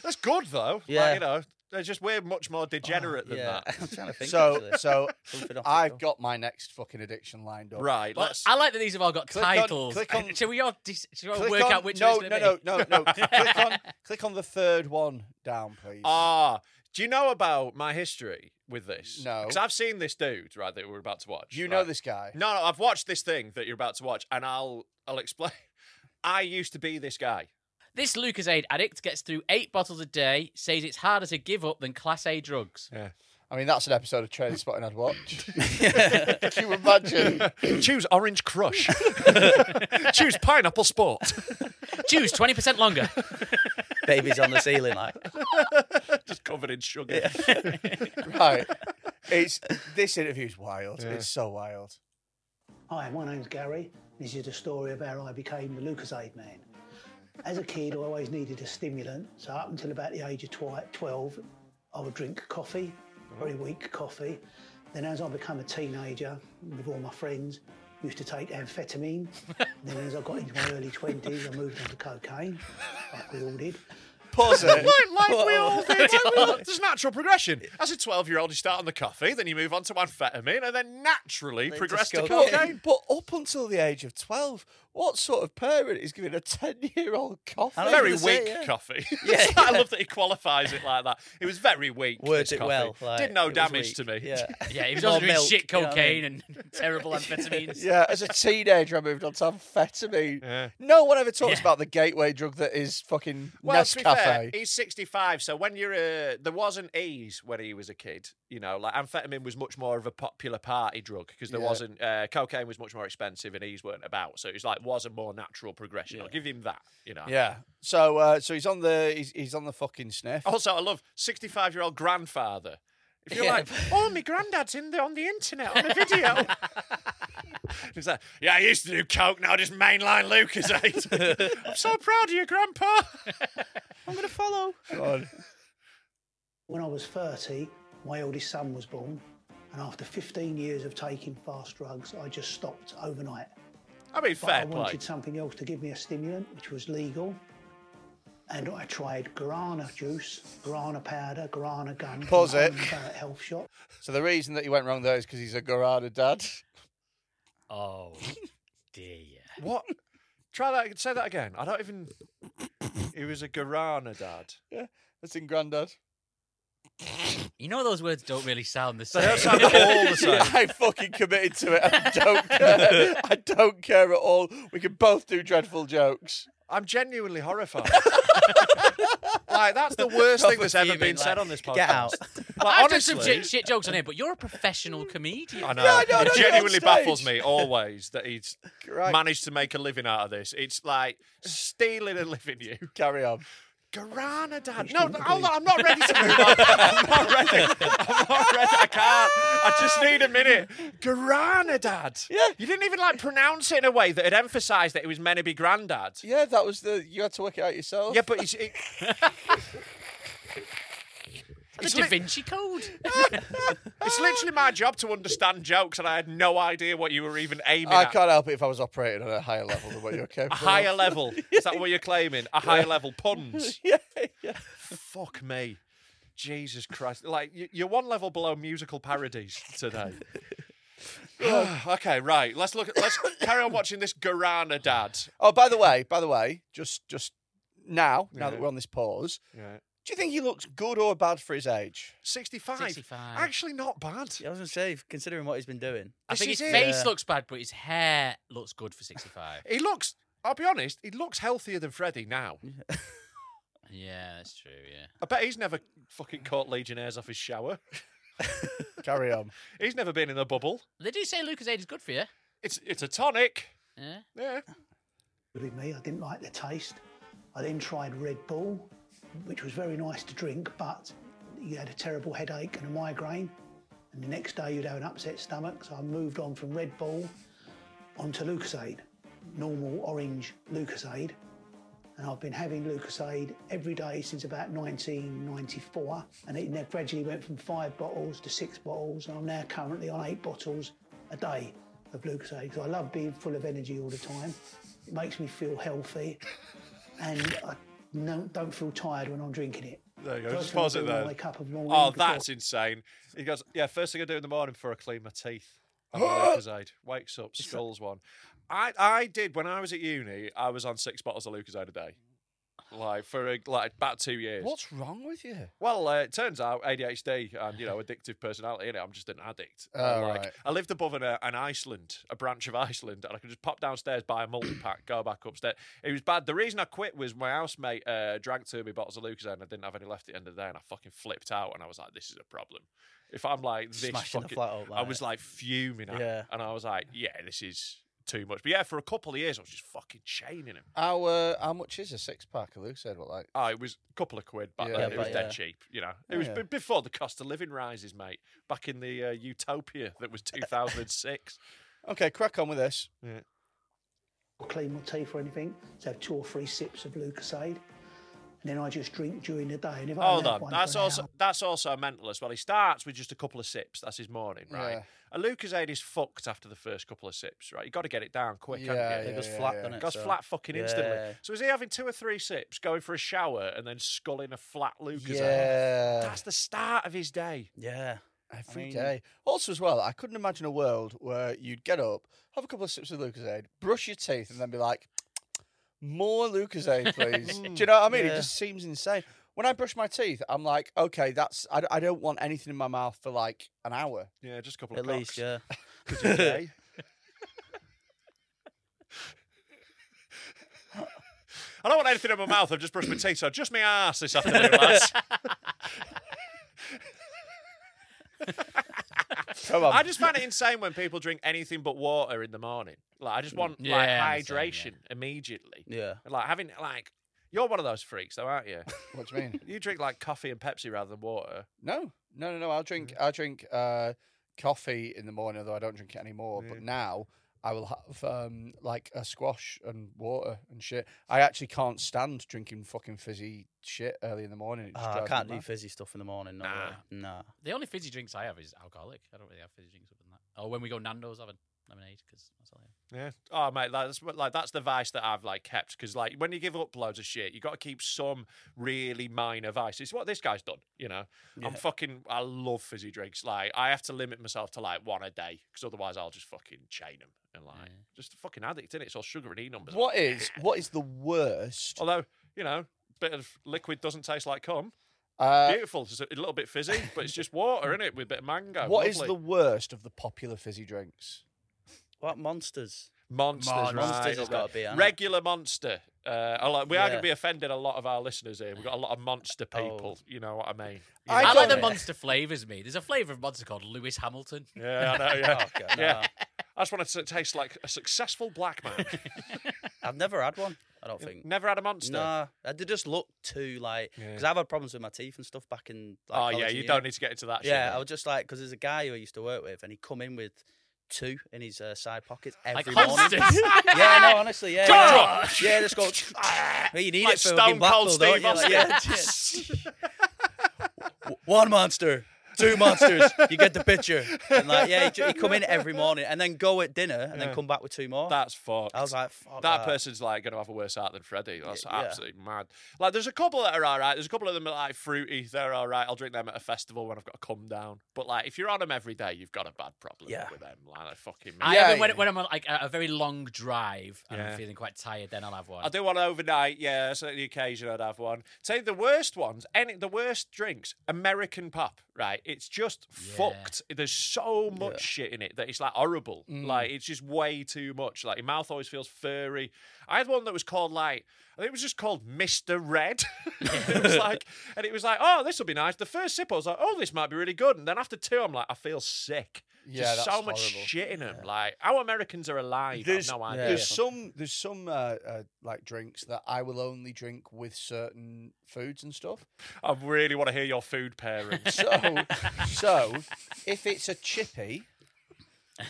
That's good though. Like,
Yeah.
you know, they're just we're much more degenerate than
yeah.
that.
I'm trying to think.
So,
actually.
so
Something off the
I've
cuff.
got my next fucking addiction lined up.
Right.
Well,
let's
I like that these have all got
Click on-
titles.
click on-
Shall we all, dis- shall we all
Click
work
on,
out which
no,
one's
no,
gonna
no,
be?
no, no, click on, click on the third one down, please.
Ah, do you know about my history with this?
No.
because I've seen this dude right that we're about to watch.
you know
right?
this guy.
No, no, I've watched this thing that you're about to watch, and I'll I'll explain. I used to be this guy.
This Lucasade addict gets through eight bottles a day, says it's harder to give up than Class A drugs.
Yeah.
I mean, that's an episode of Train Spotting I'd watch. Can you imagine?
Choose Orange Crush. Choose Pineapple Sport.
Choose 20% longer.
babies on the ceiling, like
Just covered in sugar.
right. It's this interview's wild. It's so wild.
Hi, my name's Gary. This is the story of how I became the LucasAid man. As a kid, I always needed a stimulant, so up until about the age of twi- 12, I would drink coffee, very
Uh-huh.
weak coffee. Then, as I became a teenager, with all my friends, I used to take amphetamine. then, as I got into my early 20s, I moved on to cocaine, like we all did.
Pause it.
Like, like we all did. Like we all- There's natural progression. As a 12 year old, you start on the coffee, then you move on to amphetamine, and then naturally progress to
discover-
cocaine.
But up until the age of 12, what sort of parent is giving a 10 year old coffee?
I was
Very
gonna
weak
say, yeah.
coffee.
Yeah,
I love that he qualifies it like that. It was very weak.
words it
this coffee.
well. Like,
Did no
it was
damage to
weak.
me.
Yeah,
Yeah, he was
Or
also doing
milk,
shit
you know what I mean?
cocaine and terrible amphetamines.
Yeah, as a teenager, I moved on to amphetamine. No one ever talks about the gateway drug that is fucking
Well, to be fair,
Nescafe.
he's 65, so when you're a, there wasn't ease when he was a kid. You know, like amphetamine was much more of a popular party drug because there
Yeah.
wasn't uh, cocaine was much more expensive and ease weren't about. So it was like was a more natural progression. I'll give him that. You know.
Yeah. So, uh, so he's on the he's, he's on the fucking sniff.
Also, I love 65 year old grandfather. If you're like, oh, my granddad's in the, on the internet on a video. He's like, yeah, I used to do coke, now I just mainline Lucas. eh?" I'm so proud of you, Grandpa.
I'm gonna follow.
God.
When I was 30, my eldest son was born, and after 15 years of taking fast drugs, I just stopped overnight.
I mean,
But I
fair play.
wanted something else to give me a stimulant, which was legal. And I tried guarana juice, guarana powder, guarana gum. from
Pause it.
Owen Barrett Health shop.
So the reason that he went wrong there is because he's a Garada dad.
Oh, dear.
What? Try that. Say that again. I don't even. He was a Guarana dad.
Yeah, that's in Grandad.
You know those words don't really sound the same.
don't sound all the same.
I fucking committed to it. I don't care. I don't care at all. We can both do dreadful jokes.
I'm genuinely horrified. like that's the worst thing that's ever
Human,
been said
like,
on this podcast.
Get out.
Like,
I've done
honestly,
some shit, shit jokes on here, but you're a professional comedian.
I know.
Yeah, I know, I know,
it
you're on
genuinely
stage.
baffles me always that he's
Right.
managed to make a living out of this. It's like stealing a living you.
Carry on.
Garana dad. No, no, hold on. I'm not ready to move on. I'm not ready. I'm not ready. I can't. I just need a minute. Garana dad.
Yeah.
You didn't even like pronounce it in a way that had emphasised that it was meant to be granddad.
Yeah, that was the. You had to work it out yourself.
Yeah, but it's, it,
The Da Vinci Code.
it's literally my job to understand jokes, and I had no idea what you were even aiming
I
at.
can't help it if I was operating on a higher level than what you're
A
capable.
higher
of.
level. Is that what you're claiming? A higher level puns?
Yeah, yeah.
Fuck me. Jesus Christ. Like, y- you're one level below musical parodies today. okay, right. Let's look at, let's carry on watching this Garana dad.
Oh, by the way, by the way, just just now, now that we're on this pause, Do you think he looks good or bad for his age?
65.
65.
Actually, not bad.
I was gonna say, if- considering what he's been doing,
I
This
think
is
his
it.
face
Yeah.
looks bad, but his hair looks good for 65.
He looks, I'll be honest, he looks healthier than Freddie now.
yeah, that's true. Yeah.
I bet he's never fucking caught Legionnaires off his shower.
Carry on.
He's never been in a bubble.
They do say Lucas Aid is good for you.
It's it's a tonic.
Yeah.
Yeah.
with me. I didn't like the taste. I then tried Red Bull, which was very nice to drink, but you had a terrible headache and a migraine. And the next day you'd have an upset stomach, so I moved on from Red Bull onto Lucasade, normal orange Lucasade. And I've been having Lucasade every day since about 1994, and it now gradually went from five bottles to six bottles, and I'm now currently on eight bottles a day of Lucasade because I love being full of energy all the time. It makes me feel healthy, and I no, don't feel tired when I'm drinking it.
There you go.
First
Just
thing I
pause
do
it
when I
there.
wake up, I've normally
Oh,
before-
that's insane. He goes, Yeah, first thing I do in the morning before I clean my teeth. I'm on Lucozade. Wakes up, skulls one. I, I did, when I was at uni, I was on six bottles of Lucozade a day. Like, for a, like about two years.
what's wrong with you?
Well, uh, it turns out ADHD and um, you know addictive personality. innit? I'm just an addict.
Oh,
And, like,
right.
I lived above an, uh, an Iceland, a branch of Iceland, and I could just pop downstairs, buy a multi pack, go back upstairs. It was bad. The reason I quit was my housemate uh, drank two of my bottles of Lucas, and I didn't have any left at the end of the day, and I fucking flipped out, and I was like, "This is a problem." If I'm like this,
Smashing the
fucking,
flat out
I
like
was
that.
like fuming. At
Yeah.
yeah, and I was like, "Yeah, this is too much." But yeah, for a couple of years, I was just fucking chaining him.
How uh, how much is a six pack? Luke said, "What like?"
Oh, it was a couple of quid back
Yeah,
then. It
but
was dead
yeah.
cheap, you know. It was
Yeah.
b- before the cost of living rises, mate. Back in the uh, utopia that was
Uh,
2006.
Okay, crack on with this.
or clean my teeth or anything. So have two or three sips of Lucasade, and then I just drink during the day. And if I
Hold
haven't had
on,
one for
that's
an
also
hour-
that's also mental as well. He starts with just a couple of sips. That's his morning, right?
Yeah.
And Lucas Aid is fucked after the first couple of sips, right? You got to get it down quick.
Yeah,
haven't
yeah,
you?
it goes
yeah,
flat,
yeah.
doesn't it?
Goes
So-
flat fucking instantly.
Yeah.
So is he having two or three sips, going for a shower, and then sculling a flat Lucas?
Yeah.
that's the start of his day.
Yeah,
uh, Every day.
mean-
Also, as well, I couldn't imagine a world where you'd get up, have a couple of sips of Lucasade, brush your teeth, and then be like, "More Lucasade, please." Do you know what I mean? It
Yeah.
just seems insane. When I brush my teeth, I'm like, "Okay, that's I, d- I don't want anything in my mouth for like an hour."
Yeah, just a couple
at
of
least
cocks.
yeah.
today. I don't want anything in my mouth. I've just brushed my teeth, so just my ass this afternoon, lads.
Come on.
I just find it insane when people drink anything but water in the morning. Like I just want
Yeah, I
like
understand, yeah.
hydration immediately.
Yeah.
Like having like you're one of those freaks though, aren't you?
what do you mean?
you drink like coffee and Pepsi rather than water.
No, no, no, no. I'll drink. I drink uh, coffee in the morning, although I don't drink it anymore. But now I will have um, like a squash and water and shit. I actually can't stand drinking fucking fizzy shit early in the morning. It just
Ah, I
drives me
can't do
mad.
fizzy stuff in the morning. No,
Nah.
nah. nah.
The only fizzy drinks I have is alcoholic. I don't really have fizzy drinks other than that. Oh, when we go Nando's, I have a lemonade because that's all I have.
Yeah. Oh mate, like, that's what- like that's the vice that I've like kept because like when you give up loads of shit, you got to keep some really minor vice. It's what this guy's done, you know. I'm fucking. I love fizzy drinks. Like I have to limit myself to like one a day because otherwise I'll just fucking chain them and like just a fucking addict in it. It's all sugar and e numbers.
What is what is the worst?
Although you know, bit of liquid doesn't taste like cum.
Uh,
Beautiful. It's a little bit fizzy, but it's just water in it with a bit of mango.
what is the
Lovely.
worst of the popular fizzy drinks?
What monsters?
Monsters,
Monsters
right,
has
up
gotta
there.
be, hasn't it?
regular monster. Uh, I like- we are
Yeah.
going to be offending a lot of our listeners here. We've got a lot of monster
Oh.
people. You know what I mean? You
I
know
I, like
what
don't-
the monster flavors. Me, there's a flavor of monster called Lewis Hamilton.
Yeah, I know. Yeah,
Oh, God,
yeah.
no.
I just want it to taste like a successful black man.
I've never had one. I don't think.
Never had a monster.
Nah, I- they just look too like because I've had problems with my teeth and stuff back in. Like,
oh yeah,
college
you
and
don't
uni.
need to get into that.
Yeah,
shit,
I
mate.
was just like because there's a guy who I used to work with, and he come in with two in his uh, side pockets
Like
every morning.
constant.
yeah, no, honestly, yeah, yeah,
Gosh! Ah,
yeah, just go. Well, you need
Like
it for being
Stone Cold
Blackpool, don't
Steve
you? Like, yeah,
Austin.
just- one monster, two monsters. you get the picture. And like, yeah, he'd, he'd come in every morning and then go at dinner and then come back with two more.
That's fucked.
I was like, fuck
that,
that.
person's like going to have a worse art than Freddie. That's
yeah.
absolutely mad. Like, there's a couple that are all right. There's a couple of them that are like fruity. They're all right. I'll drink them at a festival when I've got to come down. But like, if you're on them every day, you've got a bad problem
Yeah.
with them. Like, I fucking.
I
mean-
have it when, when I'm on like a, a very long drive and
Yeah.
I'm feeling quite tired, then I'll have one.
I do one overnight, yeah. So the occasion I'd have one. Say the worst ones, any the worst drinks, American pop, right? It's just fucked. There's so much shit in it that it's like horrible.
Mm.
Like it's just way too much. Like your mouth always feels furry. I had one that was called like I think it was just called Mr. Red. it was like and it was like, oh, this will be nice. The first sip I was like, oh, this might be really good. And then after two, I'm like, I feel sick.
Yeah,
just
that's
so much
horrible.
shit in them. Like how Americans are alive.
There's,
I've no idea.
there's some there's some uh, uh, like drinks that I will only drink with certain foods and stuff.
I really want to hear your food pairings.
So so if it's a chippy,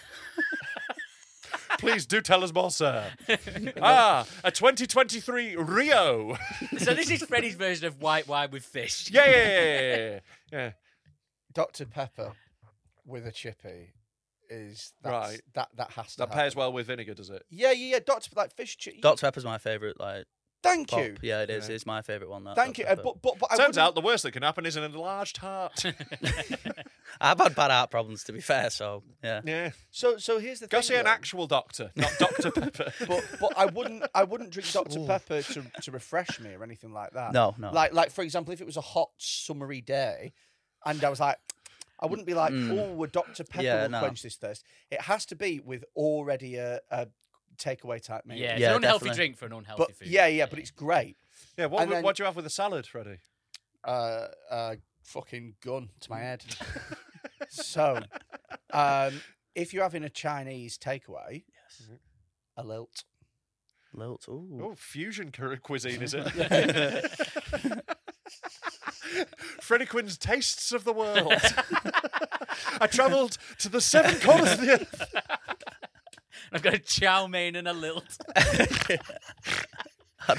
Please do tell us more, sir. ah, a 2023 Rio.
so this is Freddie's version of white wine with fish.
yeah, yeah, yeah, yeah, yeah, yeah.
Dr Pepper with a chippy is that's,
Right.
That that has to
That pairs
happen.
well with vinegar, does it?
Yeah, yeah, yeah. Doctor like fish chip.
Dr. Pepper's my favourite, like,
Thank
pop.
you.
Yeah, it is. It's my favourite one. That,
Thank
Dr.
you. Uh,
Pepper.
but but, but I
Turns
wouldn't-
out the worst that can happen is an enlarged heart.
I've had bad heart problems, to be fair, so, yeah.
yeah.
So so here's the
Go
thing.
see an
though.
actual doctor, not Dr. Pepper.
but but I wouldn't I wouldn't drink Dr Pepper to, to refresh me or anything like that.
No, no.
Like like for example, if it was a hot summery day, and I was like, I wouldn't be like, oh, a Dr Pepper
Mm. Yeah,
will
no.
quench this thirst. It has to be with already a, a takeaway type meal.
Yeah, it's
Yeah,
an unhealthy
definitely.
drink for an unhealthy
but
food.
yeah, yeah, but it's great.
Yeah, what,
And
would-
then-
what do you have with a salad, Freddie?
Uh, uh, fucking gun to my head. so, um, if you're having a Chinese takeaway, yes, a lilt.
Lilt, ooh.
Oh, fusion cu- cuisine, is it? Freddie Quinn's Tastes of the World. I travelled to the seven corners of the earth.
I've got a chow mein and a lilt.
I've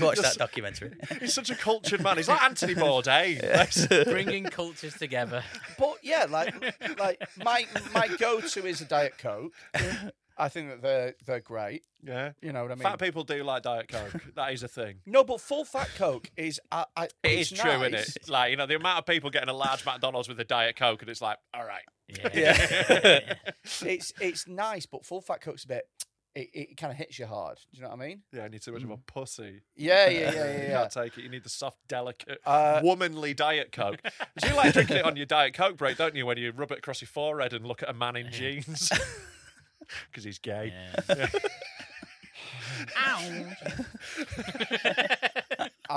watched
Just-
that documentary.
He's such a cultured man. He's like Anthony Bourdain.
bringing cultures together.
But yeah, like like my my go to is a diet coke. I think that they're they're great.
Yeah.
You know what I mean?
Fat people do like Diet Coke. That is a thing.
No, but full fat coke is I, I,
It
it's
is true,
nice.
isn't it? Like, you know, the amount of people getting a large McDonald's with a Diet Coke, and it's like, all right.
Yeah.
It's it's nice, but full fat coke's a bit. It, it kind of hits you hard. Do you know what I mean?
Yeah, I need too much of a pussy.
Yeah, yeah, yeah, yeah.
You
yeah.
can't take it. You need the soft, delicate,
Uh,
womanly Diet Coke. 'Cause you like drinking it on your Diet Coke break, don't you? When you rub it across your forehead and look at a man in jeans. Because he's gay.
I'm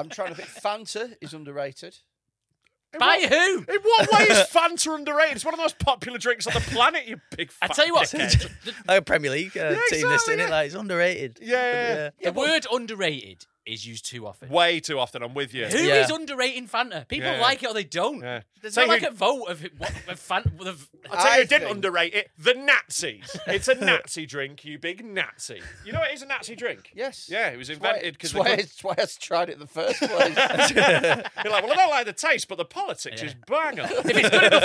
trying to think. Fanta is underrated.
By who?
In what way is Fanta underrated? It's one of the most popular drinks on the planet, you big
I
fat
tell you what,
dickhead.
the, the-
like a Premier League uh,
Yeah,
team, this,
exactly,
isn't
yeah.
it? Like, it's underrated.
Yeah.
the word underrated is used too often. Who
Way too often, I'm with you.
is
Yeah.
underrating Fanta? People
Yeah.
like it or they don't.
Yeah.
There's
Say
not like
who-
a vote of it- what of Fanta. The,
I'll tell you
I
who didn't
think-
underrate it. The Nazis. It's a Nazi drink, you big Nazi. You know it is a Nazi drink?
Yes.
Yeah, it was
That's why-
invented because
that's
they
why,
couldn't-
that's why I tried it in the first place.
you're like, well, I don't like the taste, but the politics is bang on.
if it's good enough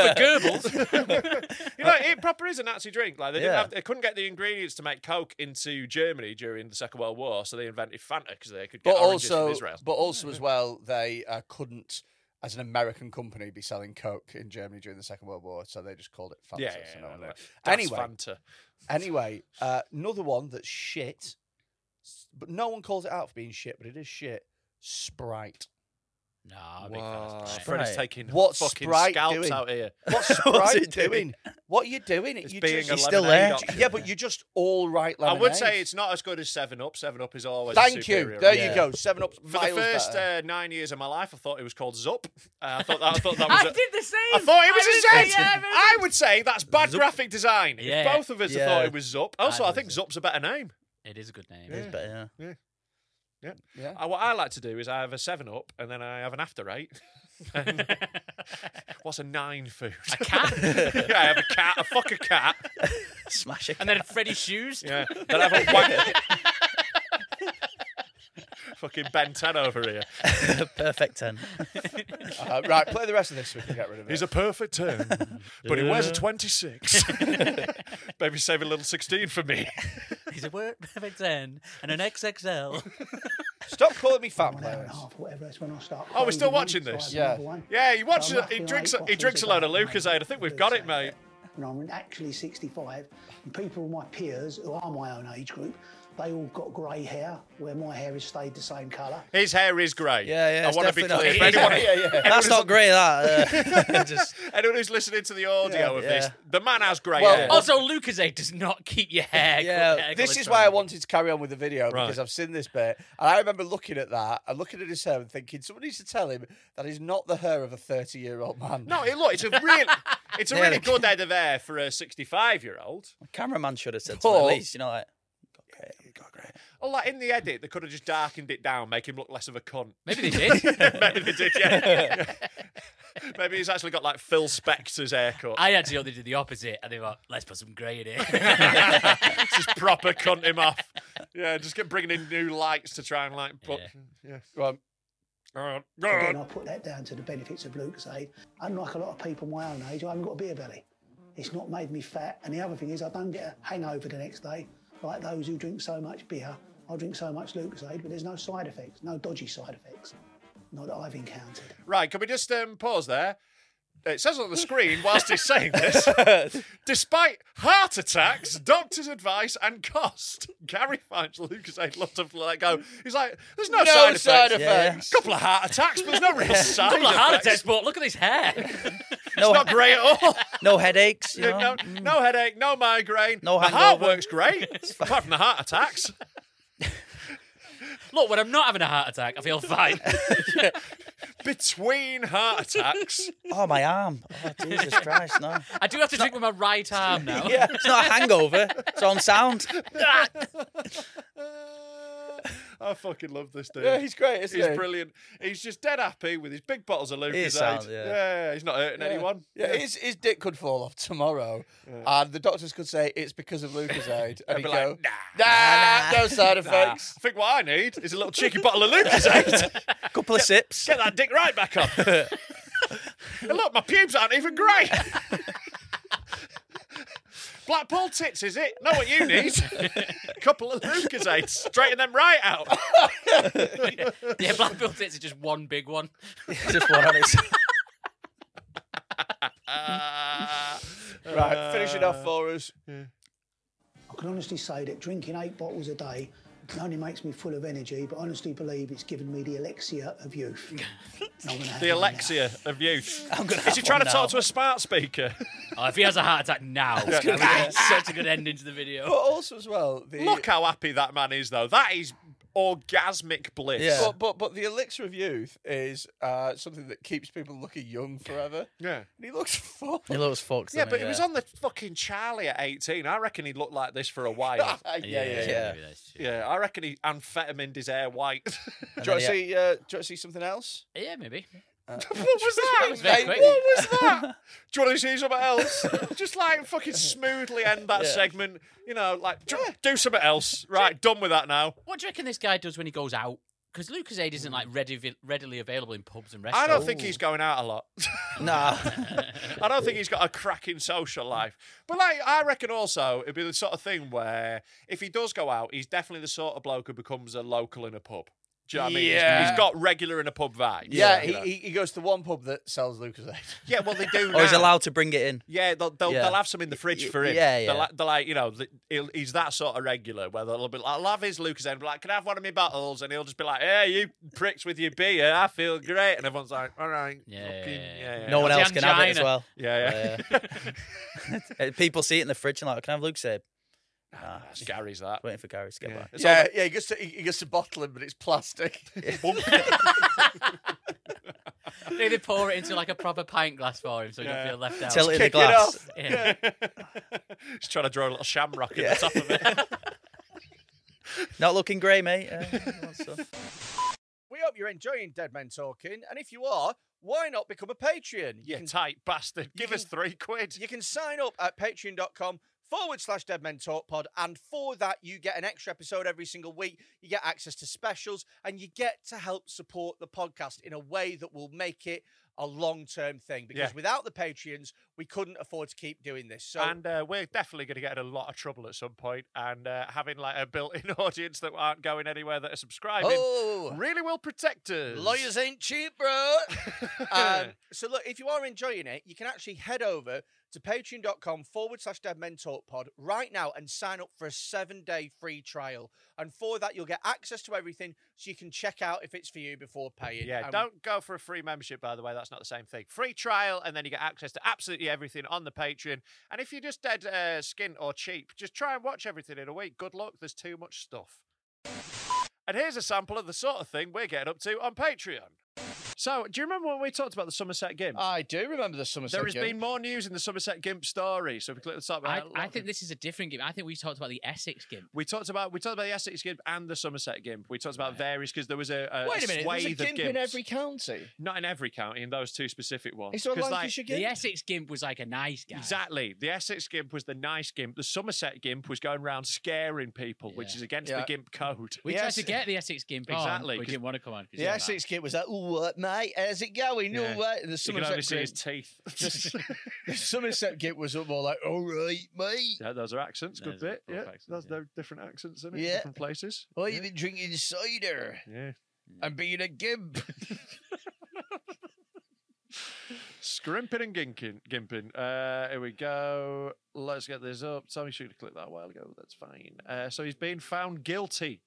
for Goebbels,
you know, it proper is a Nazi drink. Like they didn't
Yeah.
have, they couldn't get the ingredients to make Coke into Germany during the Second World War, so they invented Fanta because they could get
but
oranges
also,
from Israel.
but also as well, they uh, couldn't, as an American company, be selling coke in Germany during the Second World War, so they just called it Fanta.
yeah, yeah,
so no
yeah,
one
yeah.
knew.
That's
Anyway,
Fanta.
anyway, uh, another one that's shit, s- but no one calls it out for being shit, but it is shit. Sprite.
no, I'm a big fan of Sprite.
Freddy's
Sprite.
taking
What's
fucking
Sprite
scalps
doing?
out here.
What's Sprite
What's it
doing?
doing?
What are you doing?
It's
you
being a
just,
still
lemonade
there.
option.
yeah, but you're just all right.
I
Lemonade.
would say it's not as good as Seven Up. Seven Up is always a
Thank you.
superior
There
Yeah.
you go. Seven up.
For the first uh, nine years of my life, I thought it was called Zup. Uh, I thought that, I thought that was.
I
a-
did the same.
I thought it was
I
a
did the
Z.
same, yeah, very
I would say that's bad graphic design. If
Yeah.
both of us
Yeah.
thought it was Zup. Also, I,
thought
think
it was Zup.
Zup's a better name.
good. It is a good name.
It is better, yeah.
Yeah.
Yeah.
Uh, what I like to do is I have a seven up and then I have an after eight. And- What's a nine food? A
cat.
yeah, I have a cat. I fuck a cat.
Smash it.
And then Freddie Shoes.
Yeah. Then I have a wank. Fucking Ben Ten over here.
Perfect 10.
Uh, right, play the rest of this so we can get rid of it.
He's a perfect 10, but he wears a 26. Maybe save a little 16 for me.
He's a word perfect 10 and an XXL.
Stop calling me fat,
an hour and a
players.
oh,
half or whatever. That's when I start.
Oh, we're still
craving
watching
them, so I
this?
have another
Yeah.
one.
Yeah, he watches
So I'm
it- he
up to
drinks-
eight
he
bottles
drinks a load of
Diet
Lucozade. I think we've got it, mate.
And I'm actually 65, and people my peers who are my own age group, they all got grey hair, where my hair has stayed the same colour.
His hair is grey.
Yeah, yeah.
I
it's
want to be
definitely
clear. For
not-
anyone,
That's not great. That uh, just
anyone who's listening to the audio of
Yeah.
this, the man has grey
Well,
hair.
also, Lucasade does not keep your hair.
Yeah,
hair
This
colour
is why I
straight.
wanted to carry on with the video
Right.
because I've seen this bit, and I remember looking at that and looking at his hair and thinking, someone needs to tell him that is not the hair of a thirty-year-old man.
No, it, look, it's a really, it's a
Yeah,
really
like-
good head of hair for a 65 year old.
Oh cameraman should have said to
Paul.
me at least, you know, like
Well, like in the edit, they could have just darkened it down, make him look less of a cunt.
Maybe they did.
Maybe they did, yeah. Maybe he's actually got like Phil Spector's haircut.
I actually thought they did the opposite, and they were like, "Let's put some grey in it."
It's just proper cunt him off. Yeah, just get bringing in new lights to try and like. But, yeah.
Right.
Uh,
Again, I
uh,
put that down to the benefits of Lucozade. Unlike a lot of people my own age, I haven't got a beer belly. It's not made me fat. And the other thing is, I don't get a hangover the next day like those who drink so much beer. I drink so much Lucozade, but there's no side effects, no dodgy side effects. Not that I've encountered.
right, can we just um, pause there? It says on the screen whilst he's saying this. Despite heart attacks, doctors' advice, and cost, Gary finds Lucasade loved to let go. He's like, "There's no, side, effects.
effects.
A couple of heart attacks, but there's no real side
Couple of
effects.
heart attacks, but look at his hair.
no,
It's not great at all.
no headaches. You know?
no,
Mm.
no headache, no migraine.
No
the heart
hangover.
works great, apart from the heart attacks.
look, when I'm not having a heart attack, I feel fine.
Between heart attacks,
Oh, my arm. Oh, Jesus Christ, no.
I do have to drink with my right arm now.
Yeah, it's not a hangover. It's on sound.
Uh, I fucking love this dude.
Yeah, he's great, isn't
He's
he?
brilliant. He's just dead happy with his big bottles of Lucasade.
sound, yeah.
he's not hurting anyone.
Yeah, His, his dick could fall off tomorrow, and the doctors could say it's because of Lucasade, and he'd
be like,
go, nah, no side
Nah, I
effects.
think what I need is a little cheeky bottle of Lucasade.
Couple of sips.
Get that dick right back on. and look, my pubes aren't even grey. Blackpool tits, is it? Know what you need? Couple of Lucasades, straighten them right out.
yeah, Blackpool tits are just one big one.
Just one on its.
Right, finish it
Uh,
off for us.
I can honestly say that drinking eight bottles a day not only makes me full of energy, but I honestly believe it's given me the elixir of youth. And I'm gonna have
The
one now.
Alexia of youth.
I'm gonna
Is
have
he trying to
one
talk to
now.
a smart speaker?
Oh, if he has a heart attack now, it's gonna be such a good ending to the video.
But also as well, the
Look how happy that man is, though. That is orgasmic bliss.
Yeah.
But, but but the elixir of youth is uh, something that keeps people looking young forever.
Yeah.
and he looks full.
It looks fucked.
Yeah,
doesn't
but it was on the fucking Charlie at 18. I reckon he looked like this for a while.
yeah, yeah, yeah.
Yeah.
Maybe that's true.
yeah, I reckon he amphetamine his hair white.
Do you want to see? Uh, do you want to see something else?
Yeah, maybe.
What was that?
was very
Hey,
quick.
What was that? Do you want to see something else? Just like fucking smoothly end that segment. You know, like do, do something else. Right, done with that now.
What do you reckon this guy does when he goes out? Because Lucasade isn't like ready, readily available in pubs and
I
restaurants.
don't think he's going out a lot.
Nah.
I don't think he's got a cracking social life. But like, I reckon also it'd be the sort of thing where if he does go out, he's definitely the sort of bloke who becomes a local in a pub. Do you know what I mean? He's-
Yeah.
he's got regular in a pub vibes.
Yeah,
You know?
he, he, he goes to one pub that sells Lucasade.
yeah. Well, they do.
Or is
now.
allowed to bring it in.
Yeah, they'll they'll,
Yeah.
they'll have some in the fridge
Y-
for him.
yeah, yeah.
They'll, they'll like you know th- he'll, he's that sort of regular where they'll be like, I'll have his Lucas and be like, can I have one of my bottles? And he'll just be like, Hey, you pricks with your beer, I feel great. And everyone's like, all right,
Yeah,
fucking-
yeah,
yeah, yeah.
No one
The
else can have it as
angina.
well.
yeah, yeah.
Uh, People see it in the fridge and like, can I have Luke's here?
That's Gary's that.
Waiting for Gary to get back.
It's all
Yeah, yeah. He gets to he, he gets to bottle him, but it's plastic.
They, they pour it into like a proper pint glass for him, so he
Yeah.
don't feel left out.
Tell it in the
Kick it
glass.
off.
Yeah.
He's trying to draw a little shamrock at the top of it.
Not looking grey, mate. Uh, what's up?
We hope you're enjoying Dead Men Talking, and if you are, why not become a Patreon? You
you
can
tight bastard. Give us
can-
three quid.
You can sign up at patreon.com forward slash dead men talk pod. And for that, you get an extra episode every single week. You get access to specials and you get to help support the podcast in a way that will make it a long term thing because
Yeah.
without the Patreons, we couldn't afford to keep doing this. So
and uh, we're definitely going to get in a lot of trouble at some point, and uh, having like a built-in audience that aren't going anywhere that are subscribing
Oh.
really will protect us.
Lawyers ain't cheap, bro. um, so look, if you are enjoying it, you can actually head over to patreon.com forward slash dead men talk pod right now and sign up for a seven day free trial. And for that, you'll get access to everything so you can check out if it's for you before paying. Um,
Yeah,
And-
don't go for a free membership, by the way. That's not the same thing. Free trial, and then you get access to absolutely everything on the Patreon. And if you're just dead uh, skin or cheap, just try and watch everything in a week. Good luck. There's too much stuff. And here's a sample of the sort of thing we're getting up to on Patreon. So, do you remember when we talked about the Somerset Gimp?
I do remember the Somerset.
there has
Gimp.
been more news in the Somerset Gimp story. So, if we click the top,
I,
uh,
I think this is a different game. I think we talked about the Essex game.
we talked about we talked about the Essex Gimp and the Somerset Gimp. We talked about various because there was a, a
Wait a minute, there's a
swathe of
gimp in
gimps.
every county.
not in every county, in those two specific ones.
Is there a
'Cause, like,
Lancashire
The
gimp?
Essex gimp was like a nice guy.
Exactly. The Essex gimp was the nice gimp. The Somerset gimp was going around scaring people, which
Yeah.
is against
Yeah.
the gimp code.
We
Yes.
tried to get the Essex gimp on,
Exactly,
but We
'cause-
didn't want to come on. 'cause
The
he was
Essex kid was like, "Oh, what, mate? How's it going?
Yeah.
All right." And the
you can only
Somerset
see his
kid,
teeth.
the Somerset kid was up more like, "All right, mate.
yeah, those are accents. Good
Those are
bit.
both
Yeah,
accents,
that's
yeah.
no different accents in it.
Yeah. Mm.
Different places.
Why
yeah.
you been drinking cider
yeah.
and being a gimp?"
Scrimping and ginking, gimping. Uh, here we go. Let's get this up. Tommy should have clicked that a while ago. That's fine. Uh, so he's been found guilty.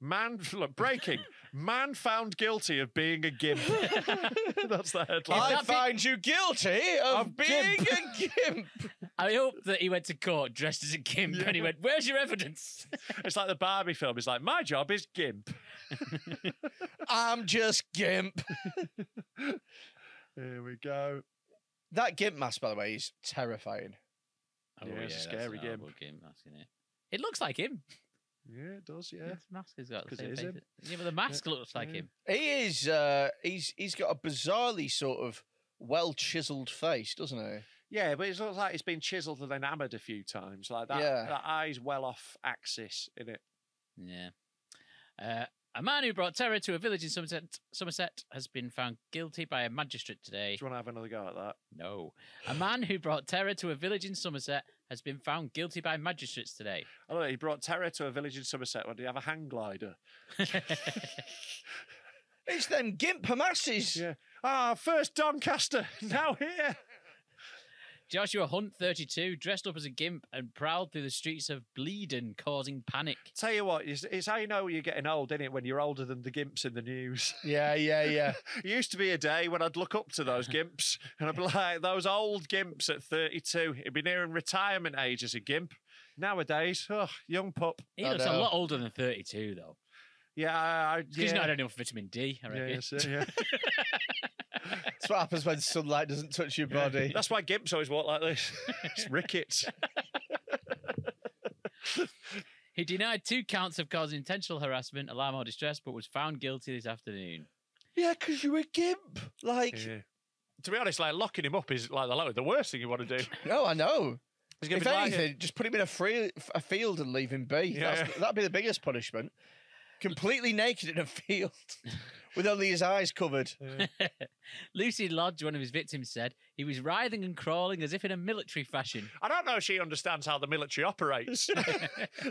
Man, look, breaking. Man found guilty of being a gimp. That's the headline.
I find you guilty of
Of
being
gimp.
a gimp.
I hope that he went to court dressed as a gimp and he
Yeah.
went, Where's your evidence?
It's like the Barbie film. It's like my job is gimp.
I'm just gimp.
Here we go.
That gimp mask, by the way, is terrifying.
Oh, Yeah, it's a yeah, that's scary an horrible
it? looks like him.
Yeah, it does. Yeah.
His mask has got the
'Cause
same
it is
face.
him.
Yeah, but the mask looks like
yeah.
him.
He is. Uh, he's he's got a bizarrely sort of well chiseled face, doesn't he?
Yeah, but it looks like it's been chiseled and then hammered a few times. Like that,
Yeah.
that eye's well off axis in it.
Yeah. Uh, a man who brought terror to a village in Somerset, Somerset has been found guilty by a magistrate
Do
today.
you want to have another go at that?
No. A man who brought terror to a village in Somerset has been found guilty by magistrates today.
I don't know. He brought terror to a village in Somerset where they have a hang glider.
It's them gimp masses.
Yeah. Ah, first Doncaster, now here.
Joshua Hunt, 32, dressed up as a gimp and prowled through the streets of Bleeden, causing panic.
Tell you what, it's, it's how you know you're getting old, innit? When you're older than the gimps in the news.
yeah, yeah, yeah.
It used to be a day when I'd look up to those gimps and I'd be like, those old gimps at 32, it'd be nearing retirement age as a gimp. Nowadays, oh, young pup.
He
I
looks a
know.
lot older than 32, though.
Yeah, I, I-
'Cause
yeah.
He's not had enough vitamin D, I
yeah,
reckon.
yes, yeah, yeah.
That's what happens when sunlight doesn't touch your body.
That's why gimps always walk like this. It's rickets.
He denied two counts of causing intentional harassment, alarm, or distress, but was found guilty this afternoon.
Yeah, because you were gimp. Like,
Yeah. To be honest, like locking him up is like the, lo- the worst thing you want to do.
no, I know.
It's gonna
If
be like-
anything, just put him in a free a field and leave him be.
Yeah.
That's, that'd be the biggest punishment. Completely naked in a field with only his eyes covered.
Lucy Lodge, one of his victims, said he was writhing and crawling as if in a military fashion.
I don't know if she understands how the military operates,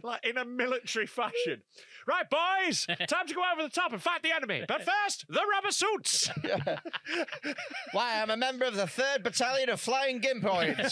like in a military fashion. Right, boys, time to go over the top and fight the enemy. But first, the rubber suits.
Why, I'm a member of the 3rd Battalion of Flying Gimpoids.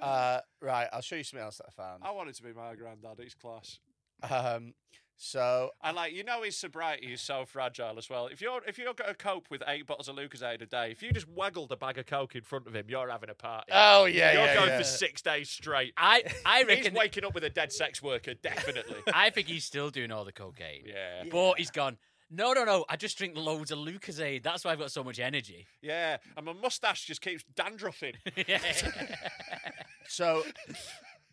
Uh, right, I'll show you something else that I found.
I wanted to be my granddad. He's class. Oh.
Um, so
And like you know, his sobriety is so fragile as well. If you're if you're going to cope with eight bottles of Lucasade a day, if you just waggled a bag of coke in front of him, you're having a party.
Oh, yeah,
you're
yeah,
going
yeah.
for six days straight.
I I
He's
reckon.
waking up with a dead sex worker, definitely.
I think he's still doing all the cocaine.
Yeah.
But he's gone. No, no, no. I just drink loads of Lucasade. That's why I've got so much energy.
yeah, and my mustache just keeps dandruffing.
So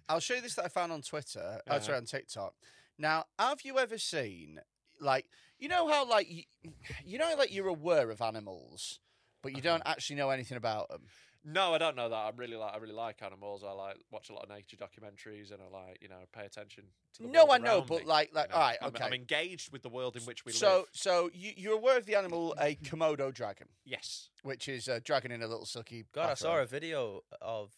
I'll show you this that I found on Twitter. Oh, sorry, on TikTok. Now, have you ever seen like you know how like you, you know like you're aware of animals, but
Uh-huh.
you don't actually know anything about them.
No, I don't know that. I'm really like I really like animals. I like watch a lot of nature documentaries, and I like you know pay attention to the
No,
world
I know,
around
but
me,
like- like,
you know.
alright,
I'm- I'm,
okay.
engaged with the world in which we
So,
live.
so you, you're aware of the animal a komodo dragon,
Yes,
which is a dragon in a little sucky.
God, I saw a
bathrobe.
video of.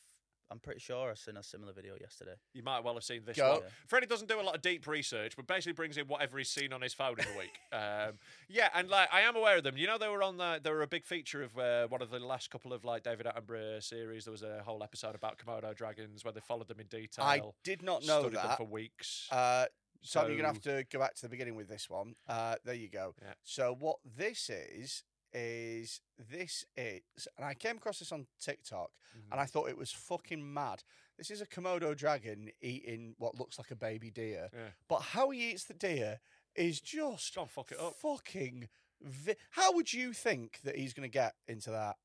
I'm pretty sure I seen a similar video yesterday.
you might well have seen this
Go.
one. Freddie doesn't do a lot of deep research, but basically brings in whatever he's seen on his phone in the week. Um, yeah, and like I am aware of them. You know, they were on the, they were a big feature of uh, one of the last couple of like David Attenborough series. There was a whole episode about Komodo dragons where they followed them in detail.
I did not know
studied
that.
them for weeks.
Uh, Tom, you're gonna have
So-
to go back to the beginning with this one. Uh, there you go.
Yeah.
So what this is is this is, and I came across this on TikTok, and
Mm-hmm.
I thought it was fucking mad. This is a komodo dragon eating what looks like a baby deer,
Yeah.
but how he eats the deer is just
Don't fuck it up.
Fucking, vi- how would you think that he's gonna get into that?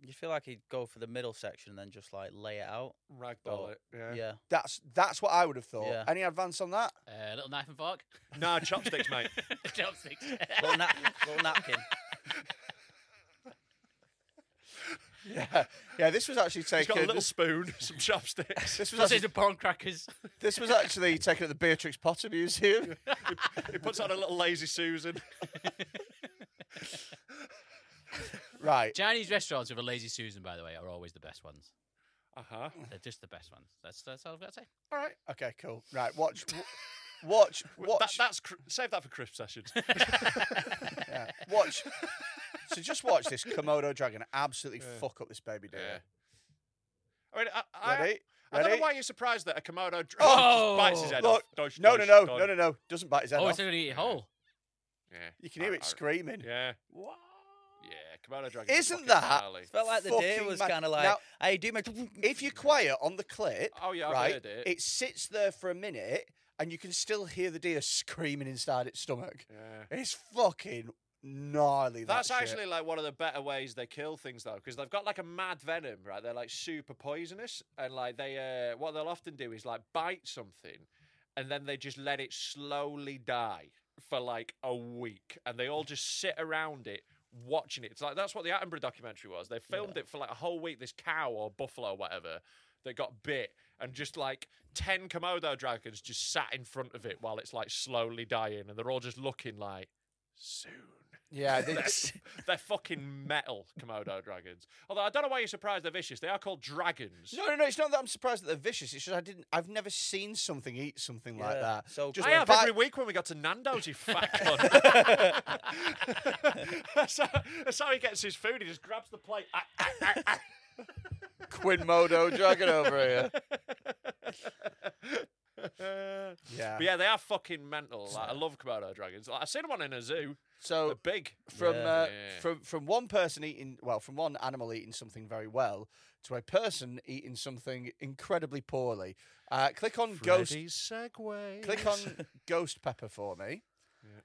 You feel like he'd go for the middle section and then just like lay it out.
Ragdoll it. Yeah.
Yeah.
That's that's what I would have thought.
Yeah.
Any advance on that?
Uh, little knife and fork.
No, chopsticks, mate.
Chopsticks.
little, nap- little napkin.
Yeah, yeah. This was actually
He's
taken.
got a little spoon, some chopsticks.
this was
Sausage
actually,
and prawn crackers.
this was actually taken at the Beatrix Potter Museum.
he puts on a little lazy Susan.
Right.
Chinese restaurants with a lazy Susan, by the way, are always the best ones.
Uh huh.
They're just the best ones. That's that's all I've got to say.
All right. Okay. Cool. Right. Watch. w- Watch.
That,
Watch.
that's cr- save that for crisp sessions.
yeah, Watch. So just watch this Komodo dragon absolutely fuck up this baby deer.
Yeah. I mean, I, I,
Ready?
I don't know
Ready?
why you're surprised that a Komodo dra-
Oh!
just bites his head
Look,
off. Dodge,
no, no,
dodge,
no,
dodge.
no, no, no. Doesn't bite his head
Oh,
off.
it's going to eat whole.
Yeah.
You can hear
I-
it
I-
screaming.
Yeah.
What?
Yeah. Komodo dragon.
Isn't that-
Felt like the deer
Fucking
was
mad.
kind of like,
Now-
hey, do my.
If you're quiet on the clip,
Oh, yeah, I've
right,
heard it.
sits there for a minute, and you can still hear the deer screaming inside its stomach.
Yeah.
It's fucking gnarly.
That's
that shit.
actually like one of the better ways they kill things though, because they've got like a mad venom, right? They're like super poisonous, and like they, uh, what they'll often do is like bite something, and then they just let it slowly die for like a week, and they all just sit around it watching it. It's like that's what the Attenborough documentary was. They filmed it for like a whole week. This cow or buffalo or whatever that got bit, and just like ten Komodo dragons just sat in front of it while it's like slowly dying, and they're all just looking like soon.
yeah. They,
They're, they're fucking metal Komodo dragons. Although I don't know why you're surprised they're vicious. They are called dragons.
No, no, no. It's not that I'm surprised that they're vicious. It's just I didn't. I've never seen something eat something like
Yeah,
that.
so
just
I have
bite-
every week when we got to Nando's, you fat cunt. that's, how, that's how he gets his food. He just grabs the plate. Ah, ah, ah, ah.
Quinmodo dragon over here. Yeah.
But yeah, they are fucking mental. Like, I love Komodo dragons. Like, I've seen one in a zoo. They're
So
big.
from uh,
Yeah.
from from one person eating well, from one animal eating something very well to a person eating something incredibly poorly. Uh, click on
Freddy's
ghost.
Segway.
Click on ghost pepper for me.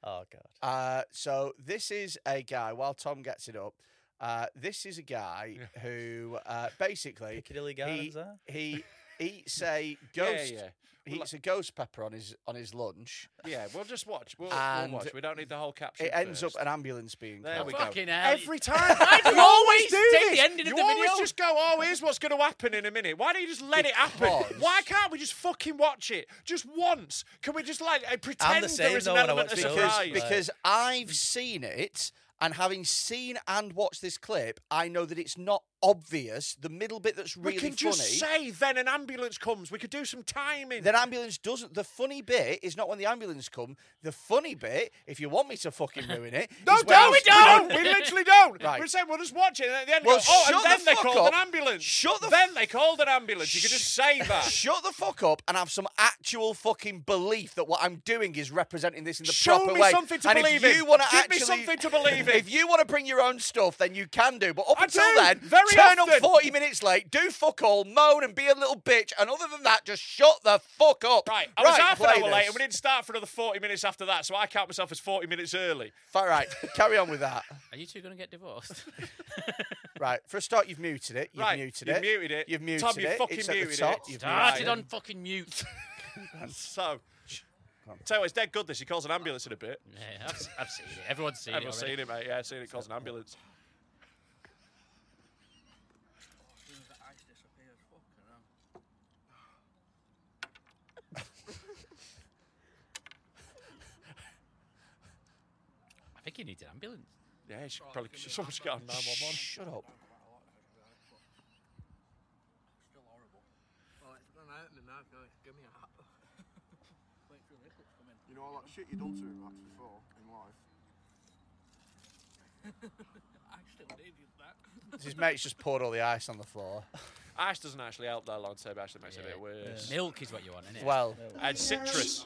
Oh, God.
Uh, so this is a guy. While Tom gets it up, uh, this is a guy who uh, basically
Piccadilly
he,
Gardens, huh?
he eats a ghost.
Yeah, yeah.
He eats a ghost pepper on his on his lunch.
Yeah, we'll just watch. We'll, we'll
And
watch. We don't need the whole caption.
It ends up
first.
an ambulance being.
There
called.
we go.
Fucking hell.
Every time. Why
do you always take the ending of
you
the
always
video?
just go, oh, here's what's going to happen in a minute. Why don't you just let it happen?
Because-
Why can't we just fucking watch it? Just once. Can we just like eh, pretend
same
there is
though
an
when I
element of
watch films.
because
surprise?
Right.
because I've seen it And having seen and watched this clip, I know that it's not obvious. The middle bit that's really
we can
funny.
just say then an ambulance comes. We could do some timing.
Then ambulance doesn't. The funny bit is not when the ambulance come. The funny bit, if you want me to fucking ruin it,
no,
is
don't,
when
we
he's-
don't. we literally don't.
Right.
We're saying we'll just watch it, and at the end,
Well,
go, oh,
shut
and
the
then they
fuck
called
up.
an ambulance.
Shut the
Then they called an ambulance. You could just say that.
Shut the fuck up and have some actual fucking belief that what I'm doing is representing this in the
Show
proper
me
way.
something to
and
believe
if you
in.
wanna
Give me
actually,
something to believe in.
If you want to bring your own stuff, then you can do. But up
I
until
do,
then,
very
turn
often.
up 40 minutes late, do fuck all, moan and be a little bitch, and other than that, just shut the fuck up.
Right, I was half an hour
play
late,
this.
and we didn't start for another forty minutes after that. So I count myself as forty minutes early.
All right, carry on with that.
Are you two going to get divorced?
Right, for a start, you've muted it. You've
Right,
muted
you've
it.
muted it.
You've
Tom,
muted
you've
it.
fucking
it's at
muted
the top.
it.
You've
Started
muted
on
it.
fucking mute.
So, tell you what, it's dead good. This he calls an ambulance in a bit.
yeah, I've, I've seen it. Everyone's seen
Everyone's
it. already.
seen it, mate. Yeah, seen it. Calls an ambulance.
I think you need an ambulance.
Yeah, you should probably someone's got a nine one one.
Shut up.
You know all that shit you done to him like before in life.
His mate's just poured all the ice on the floor.
Ash doesn't actually help that long term. Actually makes it a bit worse.
Milk is what you want, isn't it?
Well,
And citrus.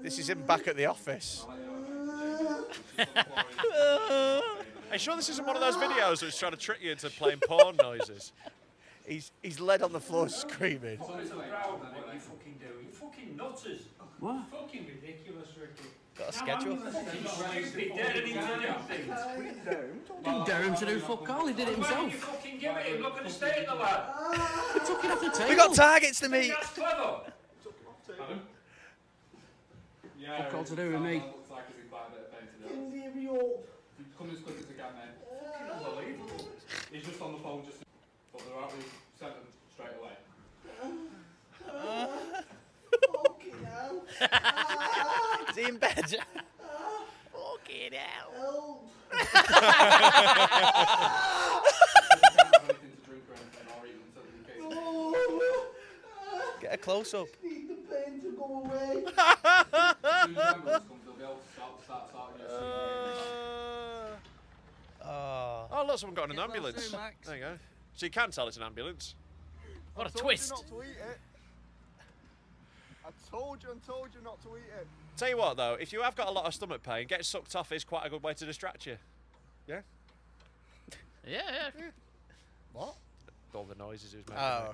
this is him back at the office.
Are you sure this isn't one of those videos that's trying to trick you into playing porn noises?
He's he's led on the floor screaming.
Got a schedule.
We got targets to meet. Is he in bed?
Get a close up.
Uh,
Oh,
oh, look, someone got an ambulance. There you go. So you can tell it's an ambulance.
What a twist.
Not to eat it. I told you and told you not to eat it.
Tell you what, though, if you have got a lot of stomach pain, getting sucked off is quite a good way to distract you. Yeah?
Yeah, yeah.
What?
All the noises he was making.
Oh,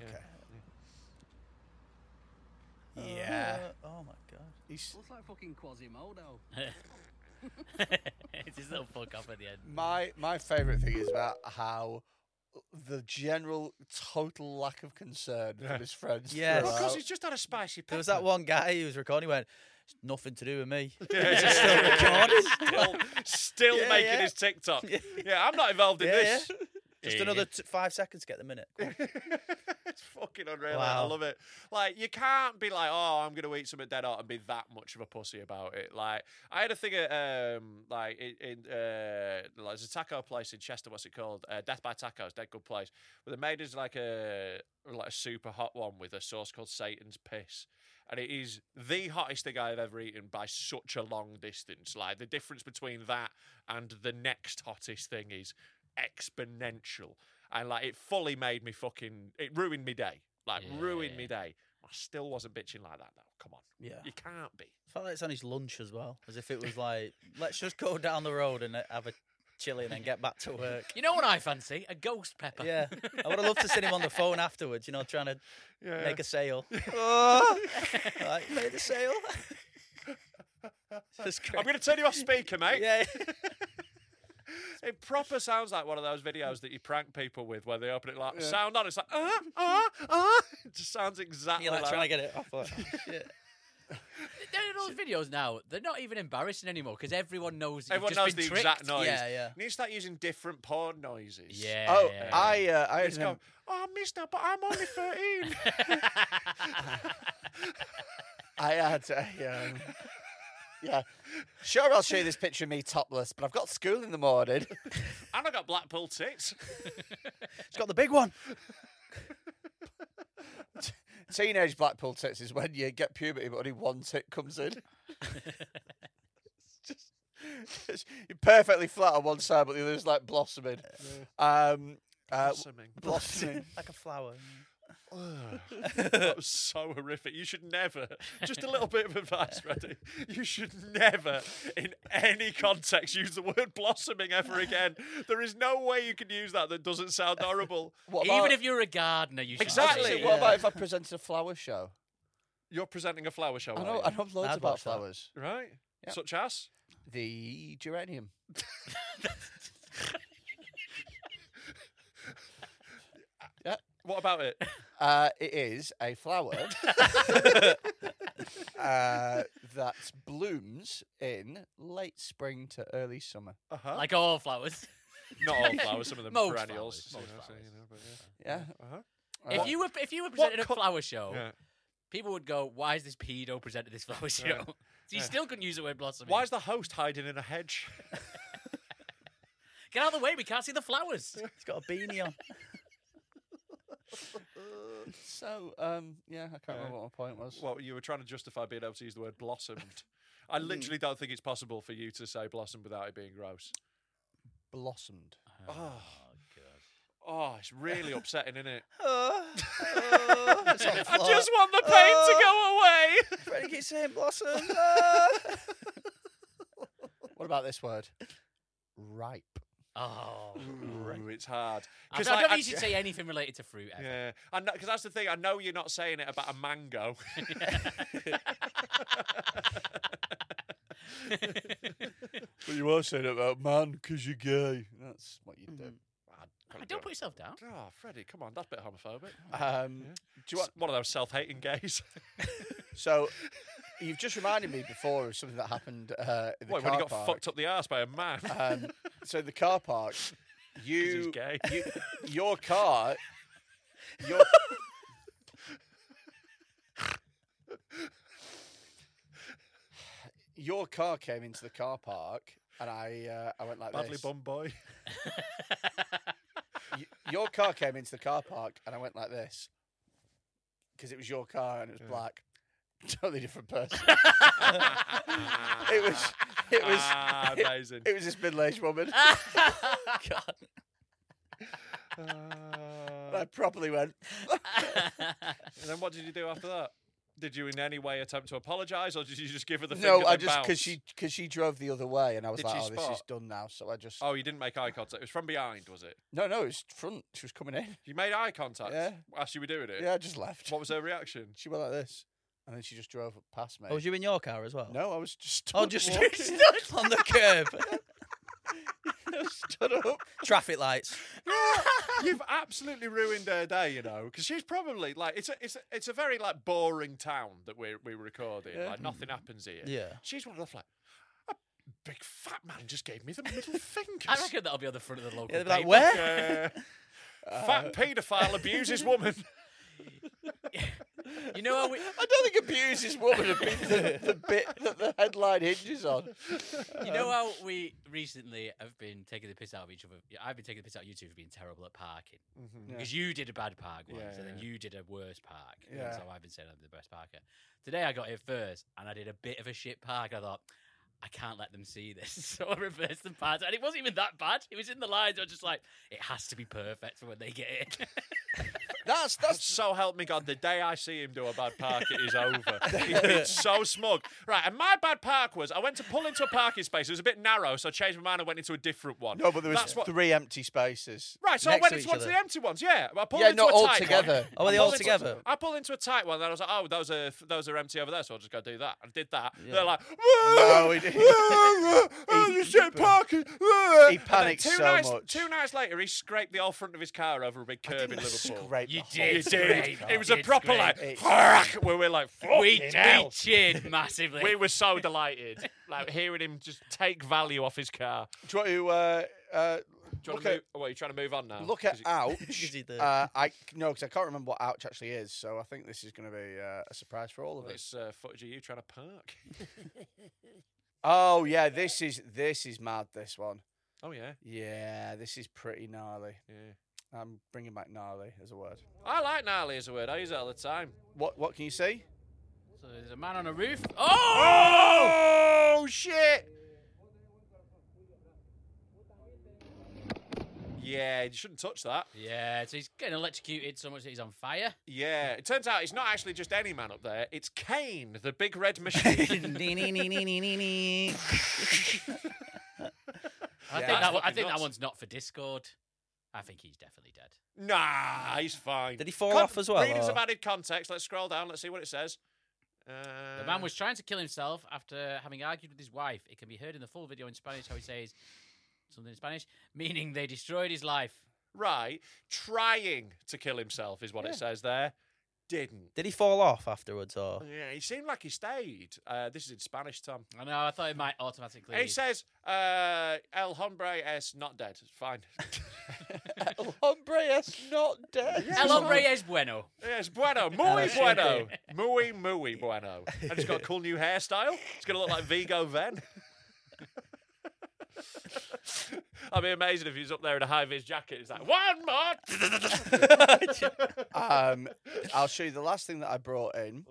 yeah.
okay. Yeah.
oh my god.
He's,
it's his little fuck up at the end.
my my favourite thing is about how the general total lack of concern for his friends.
Yes.
throughout.
Because he's just had a spicy pepper.
There was that one guy who was recording. He went, "It's nothing to do with me.
still still
Yeah,
making
yeah.
his TikTok. Yeah. I'm not involved in
Yeah,
this.
yeah. Just another t- five seconds. Get the minute.
It's fucking unreal. I
Wow.
love it. Like, you can't be like, oh, I'm going to eat something dead hot and be that much of a pussy about it. Like, I had a thing at, um, like, in, in uh, like, there's a taco place in Chester, what's it called? Uh, Death by Tacos, dead good place. But they made us like a, like a super hot one with a sauce called Satan's Piss. And it is the hottest thing I've ever eaten by such a long distance. Like, the difference between that and the next hottest thing is exponential. And like it fully made me fucking it ruined me day. Like ruined me day. I still wasn't bitching like that though. Come on.
Yeah.
You can't be.
felt like it's on his lunch as well, as if it was like, let's just go down the road and uh, have a chilly and then get back to work.
You know what I fancy? A ghost pepper.
Yeah, I would have loved to see him on the phone afterwards. You know, trying to make a sale. like, made a sale. That's
I'm
great.
gonna turn you off speaker, mate.
Yeah.
It proper sounds like one of those videos that you prank people with where they open it like sound on, it's like uh uh uh it just sounds exactly
You're like
like
trying to
that.
get it off. Like, shit.
They're in all the videos now. They're not even embarrassing anymore because everyone knows. that you've
Everyone
just
knows
been
the
tricked.
exact noise.
Yeah, yeah.
You need to start using different porn noises.
Yeah.
Oh,
yeah,
I uh, I
It's
had
going,
him,
oh, mister, but I'm only 13.
I had a um, yeah. Sure, I'll show you this picture of me topless, but I've got school in the morning.
And I got Blackpool tits.
It's got the big one.
Teenage Blackpool tits is when you get puberty, but only one tit comes in. It's just, you're perfectly flat on one side, but the other's like blossoming. Um, uh,
Blossoming.
blossoming.
like a flower.
that was so horrific. You should never, just a little bit of advice, Reddy. You should never, in any context, use the word blossoming ever again. There is no way you can use that that doesn't sound horrible.
What
Even
about-
if you're a gardener, you should
Exactly.
say
Actually,
it.
What about if I presented a flower show?
You're presenting a flower show,
I
are
know,
you?
I know loads
I'd
about
watch that.
flowers.
right?
Yeah.
Such as?
The geranium.
What about it?
Uh, it is a flower uh, that blooms in late spring to early summer.
Uh-huh.
Like all flowers.
Not all flowers, some of them
Most
perennials.
flowers, most
you know, so, you
flowers.
know, but
Yeah.
If
Uh,
you were if you were presented a
co-
flower show,
yeah. Yeah.
people would go, "Why is this pedo presented this flower show?" so you still couldn't use the word blossoming.
Why is the host hiding in a hedge?
Get out of the way. We can't see the flowers.
It's got a beanie on.
so um, yeah, I can't remember what my point was.
Well, you were trying to justify being able to use the word blossomed. I
Hmm.
literally don't think it's possible for you to say blossomed without it being gross. Ah.
Blossomed.
Oh, it's really upsetting, isn't it?
It's on the
I
floor.
just want the pain to go away.
Freddy keeps saying blossom.
What about this word? Ripe.
Oh,
uh.
Ooh, it's hard.
I don't, I don't think you should say anything related to fruit. Ever.
Yeah, because that's the thing. I know you're not saying it about a mango.
But you are saying about man because you're gay. That's what you do.
Ah, Don't put yourself down.
Oh, Freddie, come on, that's a bit homophobic.
Um,
Do you want one of those self-hating gays?
So you've just reminded me before of something that happened uh, in the
Wait,
car
when he got
park.
fucked up the ass by a man.
Um, so in the car park, you,
gay.
you your car, your your car came into the car park, and I uh, I went like
Badly
this.
bum boy.
Y- your car came into the car park, and I went like this because it was your car and it was black. Totally different person. it was. It was.
Ah,
it-
amazing.
It, was this middle-aged woman.
Ah.
And I properly went.
And then what did you do after that? Did you in any way attempt to apologise, or did you just give her the finger?
No, I
then
just
bounce?
because she because she drove the other way, and I was
Did
like,
she
"Oh, this is
spot?
done now." So I just
Oh, you didn't make eye contact. It was from behind, was it?
no, no, it's front. She was coming in.
You made eye contact
Yeah.
as you were doing it.
Yeah, I just left.
What was her reaction?
She went like this, and then she just drove past me.
Oh, was you in your car as well?
No, I was just.
Oh,
stood
just
walking.
stood on the curb.
stood up.
Traffic lights.
You've absolutely ruined her day, you know, because she's probably like it's a it's a, it's a very like boring town that we're we recording. Like nothing happens here.
Yeah.
she's one of the like a big fat man just gave me the middle finger.
I reckon that'll be on the front of the local.
Yeah, they'd be like,
paper.
where?
Uh,
fat paedophile abuses woman.
You know how we.
I don't think abuse is woman have been the, the bit that the headline hinges on.
You
Um,
know how we recently have been taking the piss out of each other. Yeah, I've been taking the piss out of you two for being terrible at parking
Mm-hmm.
because you did a bad park once, and then you did a worse park. and
Yeah.
So I've been saying I'm the best parker. Today I got here first, and I did a bit of a shit park. I thought. I can't let them see this, so I reversed the parts, and it wasn't even that bad. It was in the lines. I was just like, "It has to be perfect for when they get it."
That's that's
So help me God, the day I see him do a bad park, it is over. He's been so smug. Right, and my bad park was I went to pull into a parking space. It was a bit narrow, so I changed my mind and went into a different one.
no, but there was
That's what-
three empty spaces.
Right, so I
next
went
to
into
each
one of
other.
the empty ones. Yeah, I pulled
Yeah,
into
not
a
all
tight
together.
One.
Oh, were
I
they all
pulled into-
together?
I pulled into a tight one, and I was like, "Oh, those are those are empty over there, so I'll just go do that." I did that. They're like,
No,
"Whoa,
he didn't.
whoa, whoa, you said parking." whoa."
He
And then
panicked
two
so
nights,
much.
Two nights later, he scraped the whole front of his car over a big curb in Liverpool.
Scrape
You
the whole
did.
You
It's
did.
great.
It was a
It's
proper
great.
like,
It's
where we're like,
we
"Fucking hell."
cheered massively.
We were so delighted, like hearing him just take value off his car.
Do you want to uh, uh,
Do you want
look
to
at
move? What are you trying to move on now?
look at
Oh, 'Cause you-
ouch.
he did.
uh, I no, because I can't remember what ouch actually is. So I think this is going to be uh, a surprise for all of
Well,
us.
it's uh, footage of you trying to park.
Oh yeah, this is this is mad. This one.
oh yeah,
Yeah, this is pretty gnarly.
yeah.
I'm bringing back gnarly as a word.
I like gnarly as a word. I use it all the time.
What what can you see?
So there's a man on a roof. Oh!
Oh, shit! Yeah, you shouldn't touch that.
Yeah, so he's getting electrocuted so much that he's on fire.
Yeah, it turns out it's not actually just any man up there. It's Kane, the big red machine.
I
Yeah,
think
that's
that one, I
fucking
think that
nuts.
one's not for Discord. I think he's definitely dead.
nah, he's fine.
Did he fall off as well,
Readers
or-
have added context. Let's scroll down. Let's see what it says. Uh,
The man was trying to kill himself after having argued with his wife. It can be heard in the full video in Spanish how he says something in Spanish, meaning they destroyed his life.
right trying to kill himself, is what it says there. Didn't.
Did he fall off afterwards or?
Yeah, he seemed like he stayed. Uh, this is in Spanish, Tom.
I know. I thought it might automatically.
He says, uh, El hombre es not dead. It's fine.
Hombre, that's not dead.
El hombre es bueno.
yes, bueno. Muy bueno. Muy, muy bueno. And he's got a cool new hairstyle. He's going to look like Vigo Ven. I'd be amazing if he was up there in a high vis jacket. He's like, one more.
Um, I'll show you the last thing that I brought in,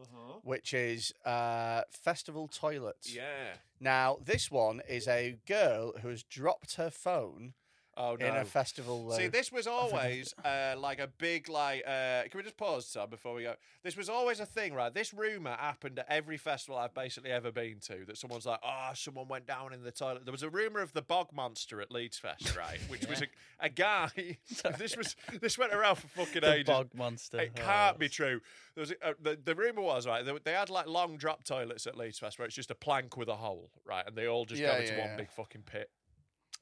which is uh, festival toilets.
Uh-huh. yeah.
Now this one is a girl who has dropped her phone
Oh, no.
in a festival.
See,
loo.
this was always uh, like a big like. Uh, can we just pause, Tom, before we go? This was always a thing, right? This rumor happened at every festival I've basically ever been to. That someone's like, "Oh, someone went down in the toilet." There was a rumor of the bog monster at Leeds Fest, right? Which was a, a guy. this was this went around for fucking
The
ages.
bog monster.
It
Oh,
can't be true. There was a, uh, the, the rumor was right. They, they had like long drop toilets at Leeds Fest where it's just a plank with a hole, right? And they all just
Yeah,
go into
yeah,
one
yeah.
big fucking pit.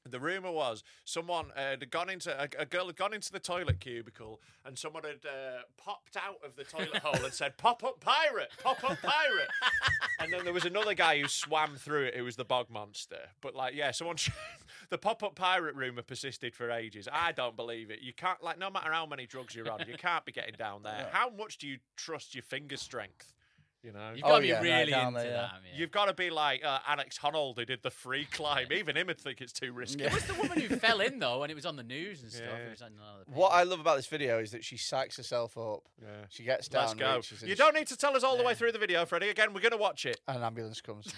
The rumor was someone uh, had gone into a, a girl had gone into the toilet cubicle and someone had uh, popped out of the toilet hole and said, "Pop up pirate, pop up pirate." and then there was another guy who swam through it. Who was the bog monster? But like, yeah, someone the pop up pirate rumor persisted for ages. I don't believe it. You can't like, no matter how many drugs you're on, you can't be getting down there. How much do you trust your finger strength? You know,
You've
Oh,
got to be
yeah, right
really
down
into
there, yeah.
that. I mean.
You've got to be like uh, Alex Honnold, who did the free climb. Even him would think it's too risky.
It was the woman who fell in though, and it was on the news and stuff.
Yeah.
It was on another
What I
paper.
love about this video is that she psychs herself up.
Yeah.
She gets down.
Let's go.
reaches, and
You
sh-
don't need to tell us all the way through the video, Freddie. Again, we're going to watch it.
And an ambulance comes.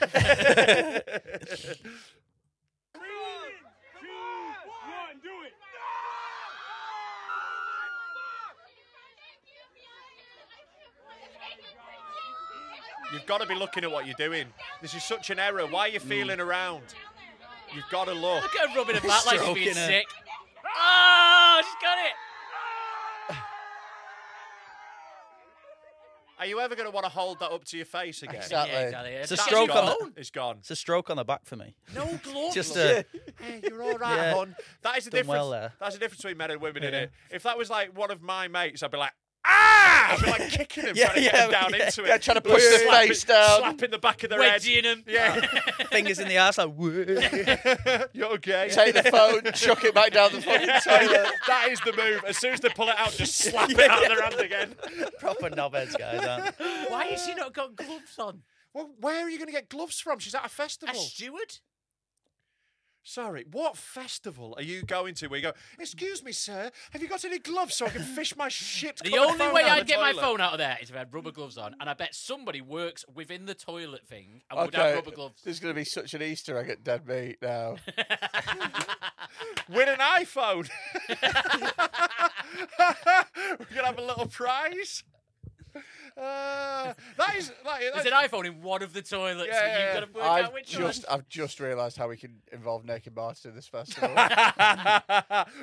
You've got to be looking at what you're doing. This is such an error. Why are you feeling
Mm.
around? You've got to look.
Look at her rubbing her back like she's being
Stroking her.
sick. Oh, she's got it.
Are you ever going to want to hold that up to your face again?
Exactly.
Yeah, exactly.
It's a
That's
stroke
gone.
on the-
It's gone.
It's a stroke on the back for me.
No gloves.
Just a-
Hey, you're all right,
Yeah.
hon. That is the
Done
difference.
well there.
That's the difference between men and women, in
Yeah.
it? If that was like one of my mates, I'd be like, ah! I'd be like kicking him,
Yeah,
trying to get
yeah,
him down
yeah.
into it.
Yeah, trying to push their
slapping-
face down.
Slapping the back of their
Wedging him.
head.
Fingers in the ass, like, "Whoa."
Yeah. you're okay.
Take the phone, chuck it back down the fucking toilet.
that is the move. As soon as they pull it out, just slap it out of their hand again.
proper knobheads, guys. Aren't they?
Why has she not got gloves on?
Well, where are you going to get gloves from? She's at a
A
festival.
steward?
Sorry, what festival are you going to where you go, excuse me, sir, have you got any gloves so I can fish my shit?
The
coloured
only
phone
way
out of
I'd
the
get my
toilet?"
phone out of there is if I had rubber gloves on, and I bet somebody works within the toilet thing and would have
Okay,
rubber gloves.
there's going to be such an Easter egg at Dead Meat now.
Win an iPhone. We're gonna have a little prize. Uh, that is like
There's an iPhone in one of the toilets,
Yeah,
and
yeah,
you've got to work out
I've
which
just,
one.
I've just realised how we can involve naked Martin in this festival.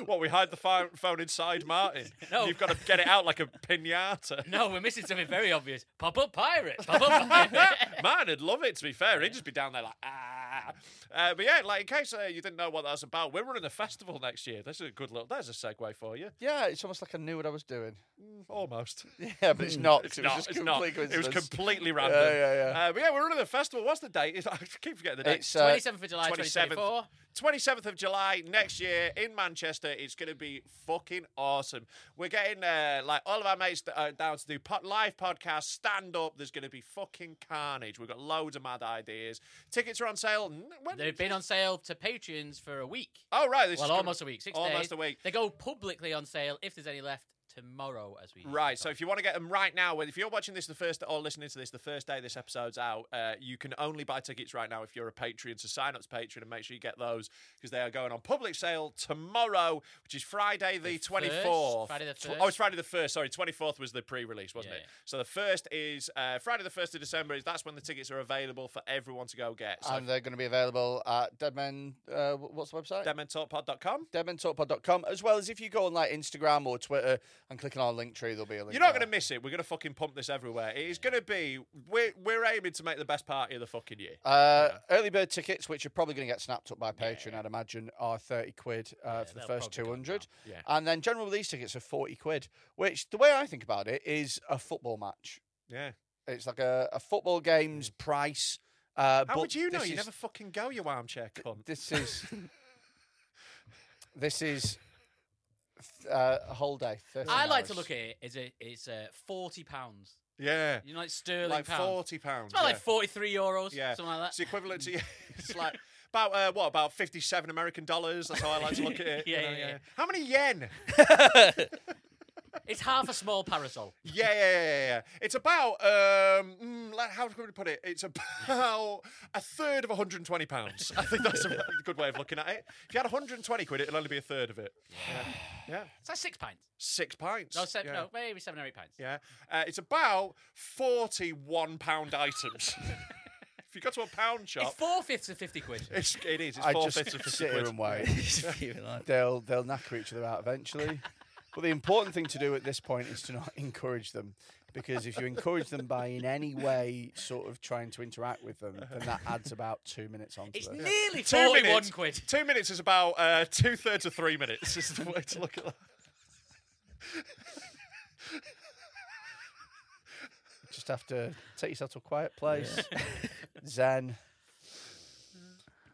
what we hide the phone, phone inside Martin.
No.
you've got to get it out like a pinata.
No, we're missing something very obvious. Pop up pirate. Pop up pirate.
Martin would love it. To be fair, he'd just be down there like ah. Uh, but yeah, like in case uh, you didn't know what that was about, we're running a festival next year. This is a good look. There's a segue for you.
Yeah, it's almost like I knew what I was doing.
Almost.
Yeah, but it's not.
It's
it was
not.
just
it's
complete
not. It was
coincidence.
completely random.
Yeah, yeah, yeah.
Uh, but yeah, we're running a festival. What's the date? It's- I keep forgetting the date.
It's, uh,
27th of July,
27th,
2024.
27th of July next year in Manchester. It's going to be fucking awesome. We're getting uh, like all of our mates that are down to do pod- live podcasts, stand up. There's going to be fucking carnage. We've got loads of mad ideas. Tickets are on sale. n- When?
They've been on sale to patrons for a week.
oh right, this is
well,
gonna-
almost a week. Six
almost
days.
a week.
They go publicly on sale if there's any left tomorrow, as we
Right. So if you want to get them right now, well, if you're watching this the first or listening to this the first day this episode's out, uh, you can only buy tickets right now if you're a Patreon. So sign up to Patreon and make sure you get those because they are going on public sale tomorrow, which is Friday
The
the, 24th.
first? Friday the
Tw- Oh, it's
1st?
Friday the 1st. Sorry, 24th was the pre release, wasn't
Yeah,
it?
yeah.
So the 1st is uh, Friday the 1st of December. Is That's when the tickets are available for everyone to go get. So
and they're going to be available at Deadmen. Uh, wh- what's the website?
deadmentalkpod.com.
Deadmentalkpod.com, as well as if you go on like Instagram or Twitter and click on our link tree, there'll be a link.
You're not
there.
going to miss it. We're going to fucking pump this everywhere. It is going to be. We're, we're aiming to make the best party of the fucking year.
Uh, Early bird tickets, which are probably going to get snapped up by Patreon, I'd imagine, are 30 quid uh, for the
they'll
first
probably go
200.
down. Yeah.
And then general release tickets are 40 quid, which the way I think about it is a football match.
Yeah.
It's like a, a football game's price. Uh,
Mm. How
but
would you know?
this
You
is-
never fucking go, you armchair cunt.
This is. this is. Uh, a whole day. 13
I like to
hours.
look at it as a, it's uh, forty pounds.
yeah.
You know, like sterling
Like
pounds.
forty pounds.
It's about
yeah.
like forty-three euros.
yeah.
something like
It's
that.
equivalent to it's like about uh, what about fifty-seven American dollars? That's how I like to look at it. you
Yeah,
know,
yeah, yeah.
How many yen?
It's half a small parasol.
Yeah, yeah, yeah, yeah, yeah. It's about um, mm, like, how can we put it? It's about a third of 120 pounds. I think that's a good way of looking at it. If you had 120 quid, it'll only be a third of it. Yeah, yeah.
It's like six pints.
six pints.
No, seven,
yeah.
no, maybe seven or eight pints.
Yeah, uh, it's about forty-one pound items. if you go to a pound
It's
shop,
four fifths of fifty quid.
Oh. it's, it is. It's
I
four
just
fifths of fifty
sit here
quid.
and wait. they'll they'll knacker each other out eventually. but the important thing to do at this point is to not encourage them, because if you encourage them by in any way sort of trying to interact with them, then that adds about two minutes onto
It's
them.
nearly
Two
forty-one
minutes-
quid.
Two minutes is about uh, two thirds of three minutes. Is the way to look at that.
Just have to take yourself to a quiet place, zen,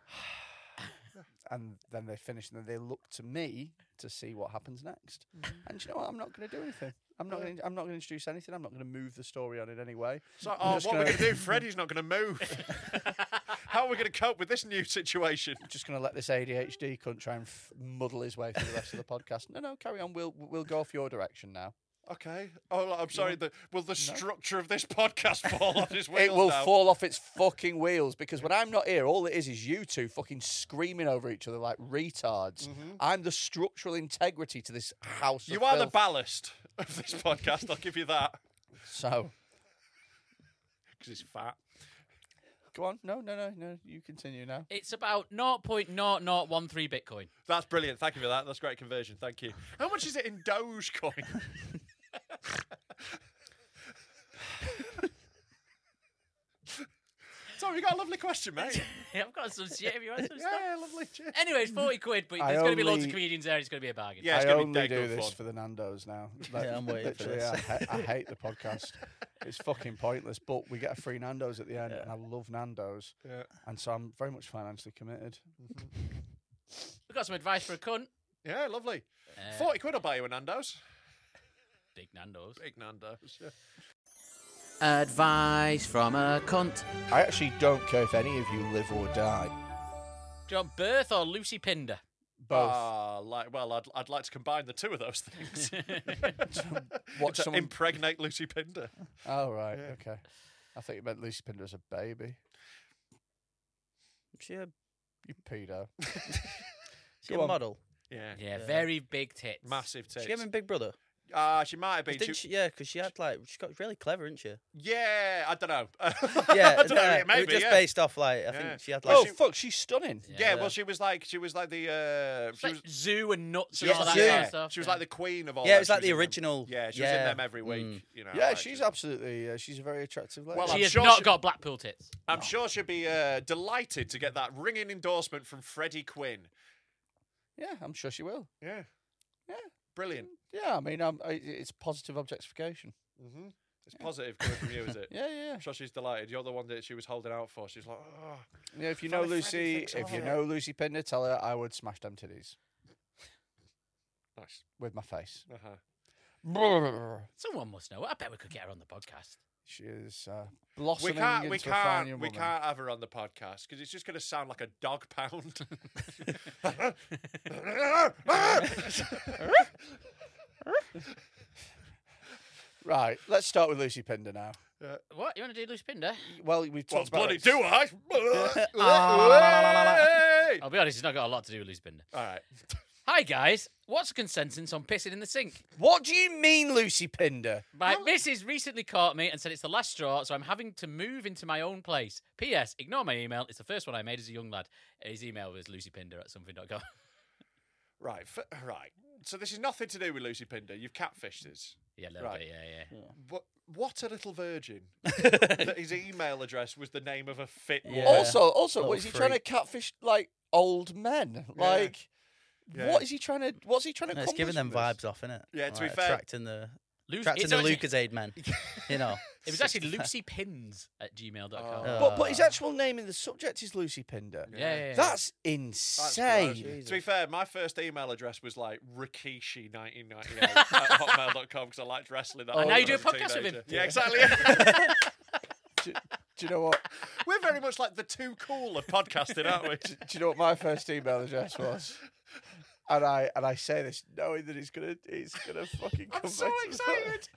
and then they finish, and then they look to me to see what happens next.
Mm-hmm.
And do you know what? I'm not going to do anything. I'm not. Gonna, I'm not going to introduce anything. I'm not going to move the story on in any way.
It's like,
I'm
oh, what
just
are we
gonna-
going to do? Freddie's not going to move. How are we going to cope with this new situation?
just going to let this ADHD cunt try and f- muddle his way through the rest of the podcast. No, no, carry on. We'll we'll go off your direction now.
Okay. Oh, I'm sorry. The, will the structure of this podcast fall off his wheels
it will
now?
fall off its fucking wheels because when I'm not here, all it is is you two fucking screaming over each other like retards. I'm the structural integrity to this house. of
Mm-hmm. You are the
filth.
ballast of this podcast. I'll give you that
So
because it's fat.
go on. No, no, no, no. You continue now.
It's about 0.0013 Bitcoin.
That's brilliant. Thank you for that. That's great conversion. Thank you. How much is it in Dogecoin? Sorry, you got a lovely question, mate.
Yeah, I've got some shit if you want some stuff.
yeah, lovely. Cheers.
Anyway, it's 40 quid, but
I
there's going to be loads
only-
of comedians there. It's going to be a bargain.
Yeah, it's
I
gonna be
only
dead
do
good
this
fun.
for the Nando's now. Like,
I'm waiting for
literally,
this.
I, ha- I hate the podcast. It's fucking pointless, but we get a free Nando's at the end, and I love Nando's.
Yeah.
And so I'm very much financially committed.
We've got some advice for a cunt.
Yeah, lovely.
Uh,
Forty quid will buy you a Nando's.
Big Nando's.
Big Nando's. Yeah.
Advice from a cunt.
I actually don't care if any of you live or die.
Do you want Birth or Lucy Pinder?
Both.
Ah, like, well, I'd, I'd like to combine the two of those things.
Watch
to
someone.
impregnate Lucy Pinder.
oh right, okay. I thought you meant Lucy Pinder as a baby.
She a,
You pedo.
she
Go
a
on.
model.
Yeah.
Yeah, very big tits.
Massive tits.
She gave him Big Brother.
Ah, she might have
I
been.
think
she-
she, yeah, because she had like she got really clever, isn't she?
yeah, I don't know.
Yeah,
I don't know.
yeah,
Maybe
it was just
yeah.
based off like I
Yeah.
think she had like
Oh
she-
fuck, she's stunning.
Yeah, well, she was like she was like the uh,
It's
she was
like zoo and nuts and
Yeah,
all that
zoo.
kind of stuff.
She was
yeah.
like the queen of all.
Yeah, it
that.
was
She
like the
in them.
original-
Yeah, she was in
yeah.
them every week.
Mm.
You know.
Yeah,
like,
she's
she-
absolutely. Uh, she's a very attractive lady.
Well,
She
I'm
has
sure
not
she-
got Blackpool tits.
I'm sure she'd be uh, delighted to get that ringing endorsement from Freddie Quinn.
yeah, I'm sure she will.
Yeah.
Yeah.
Mm.
Brilliant.
Yeah, I mean, um, i it's positive objectification.
Mm-hmm. It's positive coming from you, is it?
Yeah, yeah.
I'm sure she's delighted. You're the one that she was holding out for. She's like, oh.
Yeah, if you know
Funny Freddy
Lucy,
thinks
if
of
you
it.
know Lucy Pinder, tell her I would smash them titties
nice.
with my face.
Uh-huh.
Brrr.
Someone must know. I bet we could get her on the podcast.
She is uh, blossoming
We can't,
into
we
a fine
can't,
young
we
woman.
can't have her on the podcast because it's just going to sound like a dog pound.
Right, let's start with Lucy Pinder now.
What? You want to do Lucy Pinder?
Well, we've
well,
talked about
bloody
it.
do I? Hey!
I'll be honest, it's not got a lot to do with Lucy Pinder.
All right.
Hi, guys. What's a consensus on pissing in the sink?
What do you mean, Lucy Pinder?
My missus recently caught me and said it's the last straw, so I'm having to move into my own place. P.S. Ignore my email. It's the first one I made as a young lad. His email was lucypinder at something.com.
Right, f- right. So this is nothing to do with Lucy Pinder. You've catfished us.
yeah, a little
Right.
bit, yeah, yeah.
What, what a little virgin! that his email address was the name of a fit. woman.
Yeah.
Also, also,
Little
what, is he trying to
freak.
catfish like old men? Like,
Yeah.
what is he trying to? What's he trying to?
No, it's giving them
accomplish with this?
vibes off, isn't it?
Yeah, to be fair-
attracting the
Lu-
attracting
it's
the
actually-
Lucas Aid men. you know,
It was actually lucypins at gmail.com.
Oh.
But
Uh.
but his actual name in the subject is Lucy Pinder.
yeah, yeah, yeah.
That's
That's
insane.
gross. To be fair, my first email address was like Rikishi1998 at hotmail.com because I liked wrestling. That
And
much
now you do
as
a podcast with
teenager.
him.
Yeah, exactly.
do, do you know what?
We're very much like the too cool of podcasting, aren't we?
Do you know what my first email address was? And I and I say this knowing that it's gonna it's gonna fucking.
I'm
come
so
back to
excited.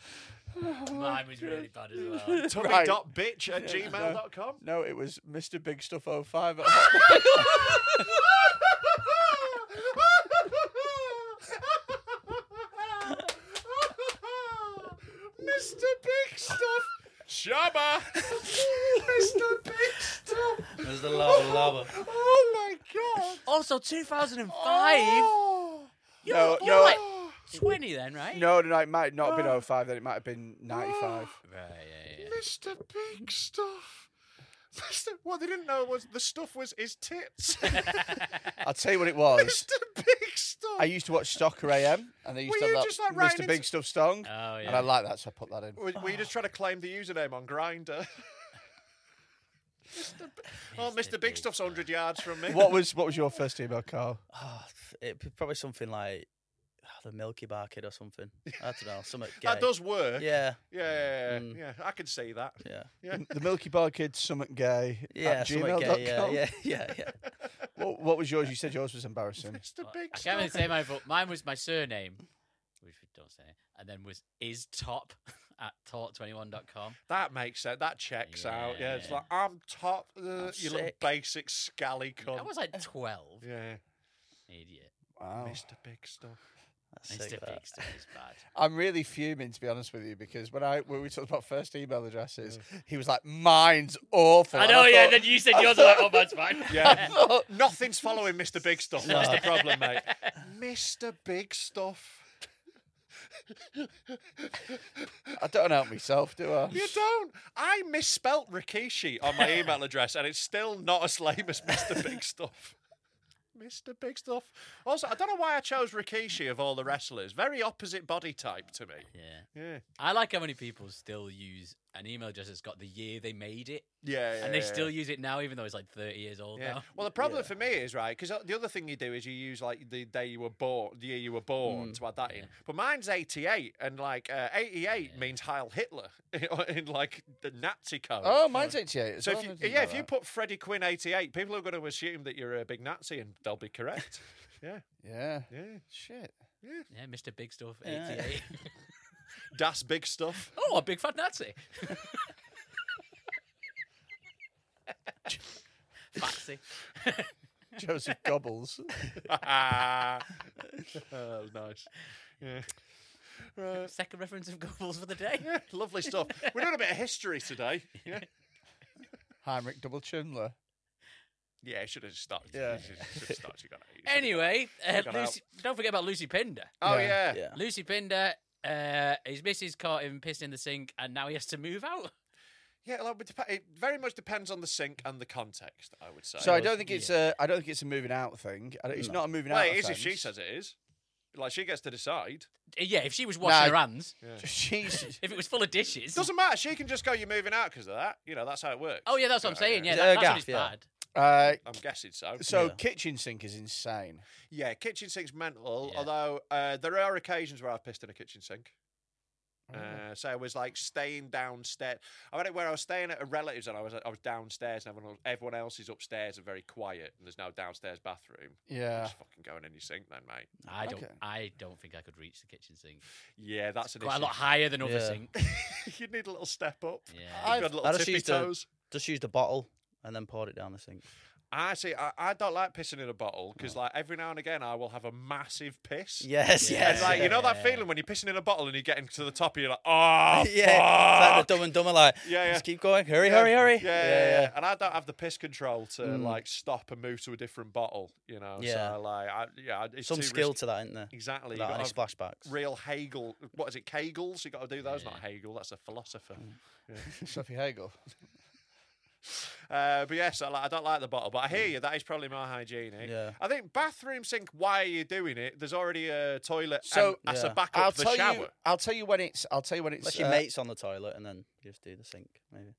Mine was really bad as well.
Tubby
Right.
dot bitch at gmail.com.
that. No, it was Mr. Big Stuff 05 at
Mr. Big Stuff. Shabba. Mr. Big Stuff.
It was the lava lava.
Oh my god.
also, 2005? Oh! You're,
No,
you're
no.
like 20 then, right?
No, no, no, it might not have been 05, then it might have been 95.
Right, yeah, yeah.
Mr. Big Stuff. Mr. What they didn't know was the stuff was his tits.
I'll tell you what it was.
Mr. Big Stuff.
I used to watch Soccer AM, and they used
Were
to have
you
that
just, like, writing
Mr. Big
into-
Stuff song.
Oh,
And
yeah.
I like that, so I put that in.
Were, were you just
Oh.
trying to claim the username on Grinder? oh, Mr. Big Stuff's 100 yards from me.
What was what was your first email, Carl?
Oh, it probably something like oh, the Milky Bar Kid or something. I don't know. Something gay.
That does work.
Yeah,
Yeah, yeah, yeah,
Mm.
yeah. I can see that.
yeah,
The Milky Bar Kid, Summit Gay.
yeah.
at
Something gay. Yeah,
gmail.com?
yeah, yeah, yeah.
What, what was yours? You said yours was embarrassing.
Mr.
Well,
Big
I
Stuff.
can't really say mine, but mine was my surname, which we don't say, and then was is top at talk21.com.
That makes sense. That checks out. Yeah, it's
Yeah.
like, I'm top. Uh, you little
sick.
basic scally cunt.
I was Oh. like 12.
yeah.
Idiot.
Wow.
Mr. Big Stuff.
That's
Mr.
sick, that.
Big Stuff is bad.
I'm really fuming, to be honest with you, because when I when we talked about first email addresses, he was like, "Mine's awful."
I
and
know, yeah.
thought-
Then you said yours, like, oh, mine's fine.
Yeah. Oh, Nothing's following Mr. Big Stuff. That's the problem, mate. Mr. Big Stuff.
I don't help myself, do I?
You don't. I misspelt Rikishi on my email address, and it's still not as lame as Mr. Big Stuff. Mr. Big Stuff. Also, I don't know why I chose Rikishi of all the wrestlers. Very opposite body type to me.
yeah.
Yeah.
I like how many people still use an email address that's got the year they made it,
Yeah.
and they
yeah,
still use it now, even though it's like 30 years old
Yeah.
now.
Well, the problem for me is right because the other thing you do is you use like the day you were born, the year you were born,
Mm.
to add that in. But mine's eighty-eight, and like uh, eighty-eight means Heil Hitler in like the Nazi code.
Oh, mine's 88. as
So
well,
if
I
you,
didn't
yeah,
know
if you
that.
put Freddie Quinn eighty-eight, people are going to assume that you're a big Nazi, and they'll be correct. yeah,
yeah,
yeah.
shit.
Yeah, Mr. Big Stuff,
Yeah.
88.
Das big stuff.
oh, a big fat Nazi. Fatsy.
Joseph
Oh,
Gobbles.
that was nice. Yeah.
Second reference of Goebbels for the day.
Lovely stuff. We're doing a bit of history today. Yeah,
Heinrich Double Chimler.
yeah should have started.
Yeah.
Yeah, should have started. You got it. You should've-
Anyway, uh,
Got out.
Lucy, don't forget about Lucy Pinder.
Yeah.
Oh yeah.
Yeah.
Lucy Pinder, uh, his missus caught him pissing in the sink, and now he has to move out. Uh,
Yeah, like, it dep- it very much depends on the sink and the context, I would say.
So I don't think it's a I don't think it's a moving out thing. I don't- It's not a moving
Well,
out.
it is if
offence.
she says it is. Like, she gets to decide.
Uh, Yeah, if she was washing
Nah.
her hands,
She's
if it was full of dishes.
It doesn't matter. She can just go, you're moving out because of that. You know, that's how it works.
Oh yeah, that's what I'm
You know,
saying. Yeah,
Is
that,
it a
that's when
gaff?
it's
Yeah.
bad.
uh,
I'm guessing so.
so kitchen sink is insane.
yeah, kitchen sink's mental,
Yeah.
although uh, there are occasions where I've pissed in a kitchen sink. Uh, so I was like staying downstairs. I had it where I was staying at a relative's and I was I was downstairs and everyone, everyone else is upstairs and very quiet and there's no downstairs bathroom.
Yeah.
Just fucking going in your sink then, mate.
I don't.
Okay.
I don't think I could reach the kitchen sink.
Yeah, that's an
Quite a
issue.
lot higher than other
Yeah.
sinks.
You'd need a little step up.
Yeah.
I've got
I
little
just
tippy
used to-
toes.
Just used a bottle and then poured it down the sink.
I see. I, I don't like pissing in a bottle because, like, every now and again, I will have a massive piss.
Yes,
Yeah.
And
yes.
like you know that
Yeah.
feeling when you're pissing in a bottle and you're getting to the top, and you're like,
yeah.
oh,
It's like
fuck."
the dumb and dumber, like,
Yeah, yeah.
just keep going. Hurry,
Yeah.
hurry, hurry. Mm.
Yeah yeah, yeah, And I don't have the piss control to like stop and move to a different bottle. You know,
Yeah.
So like, I, yeah, I- it's
Some
too
skill
risky.
to that, isn't there?
Exactly. You
Without
got
any
to
splashbacks.
real Hegel. What is it? Kegels. You got to do those. Not Hegel. That's a philosopher.
Mm.
Sophie Hagel.
Uh, but yes, I, like, I don't like the bottle, but I hear
Mm.
you. That is probably more hygienic.
Yeah.
I think bathroom sink. Why are you doing it? There's already a toilet.
So-
and that's a
Yeah.
backup
I'll
for
tell
the shower.
you. I'll tell you when it's. I'll tell you when it's.
Unless your
uh,
mate's on the toilet and then you just do the sink, maybe.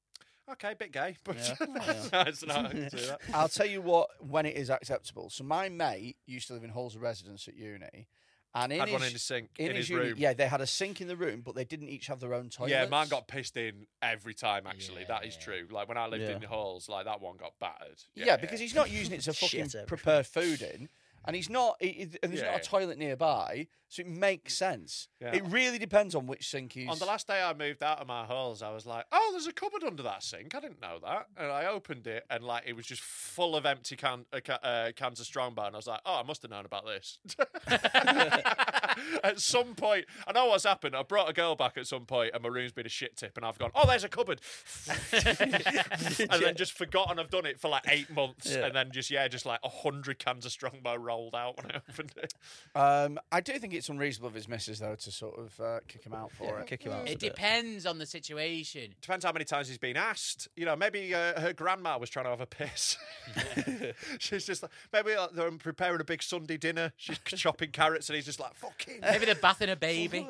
Okay, bit gay, but
Yeah. Yeah.
no, it's not. I can do that.
I'll tell you what when it is acceptable. So my mate used to live in halls of residence at uni, and in
Had
his,
one in his sink, in his
uni-
room.
Yeah, they had a sink in the room, but they didn't each have their own toilet.
Yeah, mine got pissed in every time. Actually, that is
Yeah.
true. Like when I lived
Yeah.
in the halls, like that one got battered.
Yeah, because he's not using it to
Shit
fucking
everywhere.
prepare food in, and he's not. he- he- and there's
Yeah.
not a toilet nearby, so it makes sense.
Yeah.
It really depends on which sink he's.
On the last day I moved out of my halls, I was like, "Oh, there's a cupboard under that sink. I didn't know that." And I opened it, and like it was just full of empty can- uh, ca- uh, cans of Strongbow. And I was like, "Oh, I must have known about this." at some point, I know what's happened. I brought a girl back at some point, and my room's been a shit tip, and I've gone, "Oh, there's a cupboard," and then just forgotten I've done it for like eight months,
Yeah.
and then just yeah, just like a hundred cans of Strongbow rolled out when I opened it.
um, I do think it's unreasonable of his missus though to sort of uh, kick him out for
Yeah,
it.
kick him out.
It
a bit.
depends on the situation.
depends how many times he's been asked. You know, maybe uh, her grandma was trying to have a piss. She's just like, maybe like, they're preparing a big Sunday dinner. She's chopping carrots, and he's just like, fucking.
Maybe they're bathing a baby.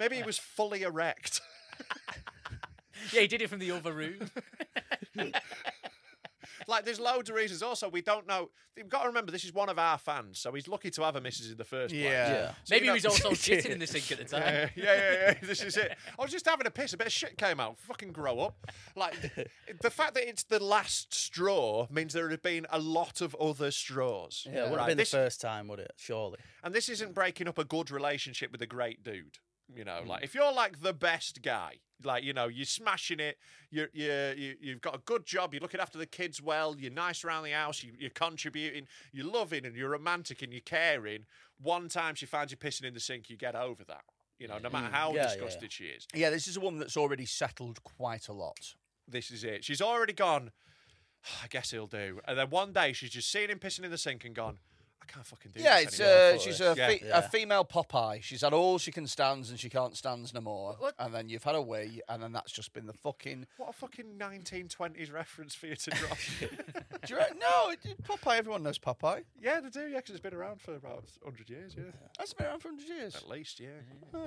Maybe he was fully erect.
yeah, he did it from the other room.
like, there's loads of reasons. Also, we don't know. You've got to remember, this is one of our fans, so he's lucky to have a missus in the first place.
Yeah.
Yeah.
So
Maybe
you
he was
know-
also shitting in the sink at the time.
Yeah, yeah, yeah, yeah. This is it. I was just having a piss. A bit of shit came out. Fucking grow up. Like th- the fact that it's the last straw means there have been a lot of other straws.
Yeah, it wouldn't have
Right,
been
this-
the first time, would it? Surely.
And this isn't breaking up a good relationship with a great dude. You know,
Mm.
like if you're like the best guy, like you know, you're smashing it. You're, you're you you've got a good job. You're looking after the kids well. You're nice around the house. You, you're contributing. You're loving and you're romantic and you're caring. One time she finds you pissing in the sink, you get over that. You know, no matter
Mm,
how
Yeah, yeah,
disgusted
yeah.
she is.
Yeah, this is a woman that's already settled quite a lot.
this is it. She's already gone, "Oh, I guess he'll do. And then one day she's just seen him pissing in the sink and gone, I can't fucking do
Yeah,
this
it's
anymore.
uh, she's a,
Yeah.
fe-
Yeah.
a female Popeye. She's had all she can stands and she can't stands no more.
What-
And then you've had a wee, and then that's just been the fucking.
what a fucking 1920s reference for you to drop.
Do you re- no, it- it- Popeye. Everyone knows Popeye.
yeah, they do, yeah, because it's been around for about 100 years, yeah.
That's been around for hundred years.
At least, yeah.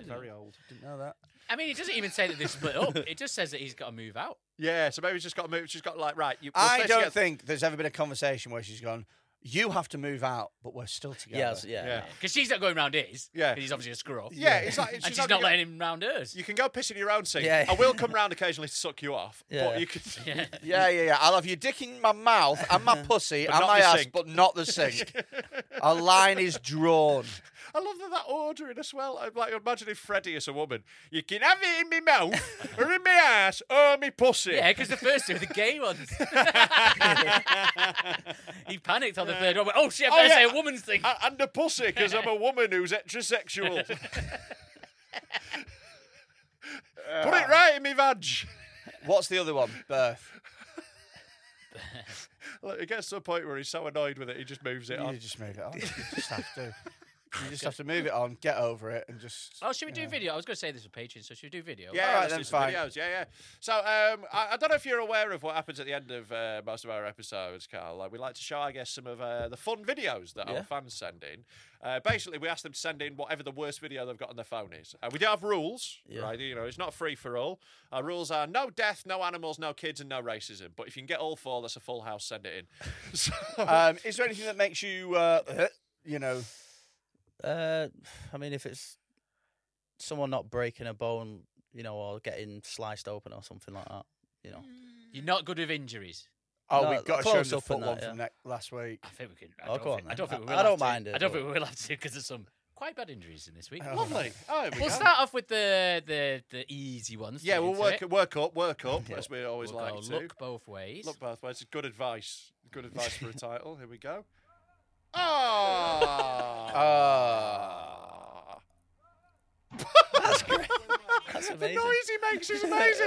Very old.
Didn't know that.
I mean, it doesn't even say that they split up. It just says that he's got to move out.
Yeah, so maybe she's just got to move. She's got like, right, you, we're
I
supposed to
don't
get-
think there's ever been a conversation where she's gone. You have to move out, but we're still together.
Yes, yeah.
Yeah.
Because she's not going round his.
Yeah.
'cause he's obviously a screw.
Yeah, it's like,
And she's, not
gonna-
letting him round hers.
You can go piss in your own sink.
Yeah.
I will come round occasionally to suck you off.
Yeah.
But you can.
Yeah.
yeah, yeah, yeah. I'll have your dick in my mouth and my pussy
But
and
not
my
the
ass,
sink.
but not the sink. a line is drawn.
I love that, that ordering as well. I'm like, imagine if Freddie is a woman. You can have it in me mouth, or in me ass, or me pussy.
Yeah, because the first two are the gay ones. he panicked on the third one. went, Oh shit! I
Oh,
better
yeah.
say a woman's thing.
A- and a pussy, because I'm a woman who's heterosexual. Put it right in me vag.
What's the other one? Birth.
Look, it gets to a point where he's so annoyed with it, he just moves it
You
on.
just move it on. You just have to. You just have to move it on, get over it, and just.
Oh, should we do
you know.
video? I was going to say this for Patreon, so should we do video?
Yeah,
All right,
let's
then,
do some
fine.
videos. Yeah, yeah. So um, I, I don't know if you're aware of what happens at the end of uh, most of our episodes, Carl. Like, we like to show, I guess, some of uh, the fun videos that our fans send in. Uh, basically, we ask them to send in whatever the worst video they've got on their phone is. Uh, we do have rules, right? You know, it's not free for all. Our rules are no death, no animals, no kids, and no racism. But if you can get all four, that's a full house. Send it in. so,
Uh,
Um, is there anything that makes you, uh, you know,
Uh, I mean, if it's someone not breaking a bone, you know, or getting sliced open or something like that, you know.
You're not good with injuries.
oh,
No,
we've got to show them
close
the
up
foot
and that,
one
yeah.
from ne- last week.
I think we can. I,
Oh,
don't,
go
think,
on,
I don't
then.
think we
I-
will.
I don't
have to.
mind it,
I don't
but-
think we will have to because there's some quite bad injuries in this week.
lovely. Oh, there we
We'll
go.
start off with the the the easy ones.
Yeah,
to
we'll
get to
work,
it.
work up, work up, as we always
We'll
like
go
to.
look both ways.
Look both ways. Good advice. Good advice for a title. Here we go. Ah.
That's
the
amazing.
noise he makes is amazing.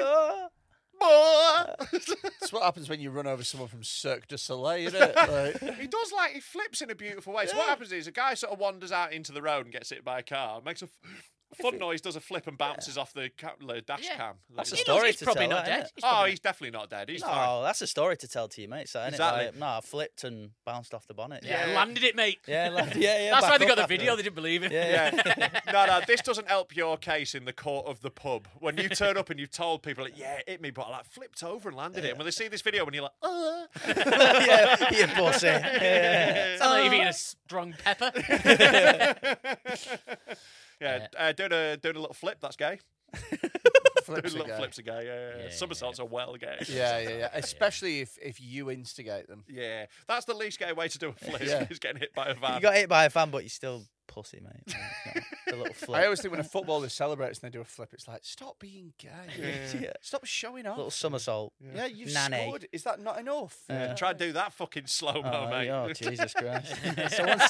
That's what happens when you run over someone from Cirque du Soleil, isn't it? Like,
he does like he flips in a beautiful way. So what happens is a guy sort of wanders out into the road and gets hit by a car, makes a f- fun noise, does a flip and bounces off the ca- the dash
Yeah.
cam.
That's a
He knows
story
he's
to
probably
tell,
not
that, innit?
dead. He's
oh,
probably
he's definitely not dead. He's fine.
Oh, that's a story to tell to your mates, that, isn't
Exactly.
it? Like, no, I flipped and bounced off the bonnet.
not- yeah, landed it, mate.
Yeah, like, yeah, yeah.
That's why
back
they got the
up
video.
after.
They didn't believe him.
Yeah, yeah.
Yeah. no, no, this doesn't help your case in the court of the pub. When you turn up and you've told people, like, yeah, it hit me, but I like flipped over and landed it. And when they see this video, when you're like, uh,
yeah, you pussy. Yeah.
Sounds like you've
Uh.
eaten a strong pepper.
Yeah, uh, doing a doing a little flip. That's gay.
flips
doing
a
little
guy.
flips are gay. Yeah, yeah, yeah.
Yeah,
somersaults are well gay.
Yeah, yeah, yeah. Especially if if you instigate them.
Yeah, that's the least gay way to do a flip.
Yeah.
Is getting hit by a van.
You got hit by a fan, but you're still pussy, mate. Like, you know, the little flip.
I always think when a footballer celebrates and they do a flip, it's like, stop being gay.
Yeah.
Stop showing off.
little somersault.
Yeah, you've
Nanny.
scored. Is that not enough?
Yeah, Try and do that fucking slow mo,
Oh,
mate.
yeah, oh, Jesus Christ! someone's,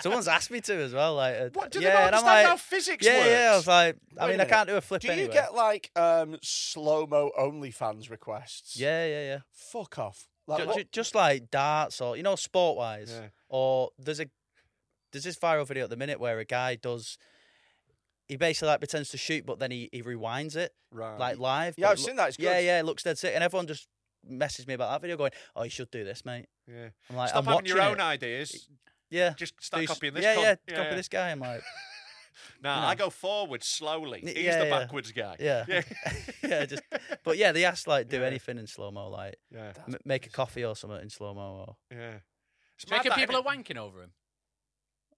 someone's asked me to as well. Like, uh,
What, do they
yeah,
not
and I'm
understand
like,
how physics
yeah, Yeah, I
works?
was like, I
Wait a
mean, I
minute.
can't do a flip
Do you
anyway.
get like um, slow mo only fans requests?
Yeah, yeah, yeah.
Fuck off.
Ju-
Like, what-
ju- just like darts or you know, sport wise,
Yeah.
or there's a there's this viral video at the minute where a guy does. He basically like pretends to shoot, but then he, he rewinds it
Right.
like live.
Yeah,
but
I've seen that, it's
yeah,
good.
yeah, it looks dead sick, and everyone just messaged me about that video, going, "Oh, you should do this, mate."
Yeah.
I'm like,
Stop
I'm
having your
watching
own
it.
ideas.
Yeah,
Just start
Do s-
copying this
Yeah,
cunt.
yeah,
Yeah,
copy
yeah.
this guy. I'm like,
Nah, I go forward slowly.
Y-
He's
yeah,
the
yeah.
backwards guy.
Yeah.
Yeah.
yeah, just. But yeah, they asked like do anything in slow mo, like
yeah.
m- make a coffee or something in slow mo, or
yeah. It's
Do you
mad
reckon
that
people are
every-
wanking over him?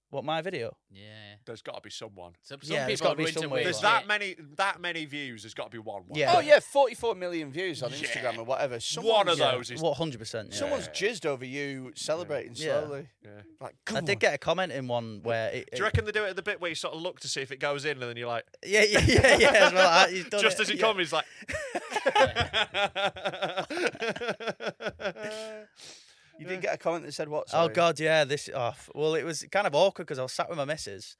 what my video?
Yeah.
There's got to be someone.
Some, some
Yeah, there's
people
gotta
are
be
into
somewhere
weird
like-
There's
shit.
that many that many views. There's got to be one. one.
Yeah.
oh yeah, forty four million views on Instagram or whatever. Someone's,
One of those is.
What hundred percent? Yeah.
Someone's jizzed over you celebrating
Yeah.
slowly.
Yeah.
Like,
I
come
did
on.
get a comment in one where it,
Do you
it-
reckon they do it at the bit where you sort of look to see if it goes in, and then you're like,
yeah, yeah, yeah, yeah. As well, like, he's done
just
it.
as it
yeah.
comes, he's like.
You did get a comment that said what?
Oh
sorry?
god, yeah. This off. well, it was kind of awkward because I was sat with my missus,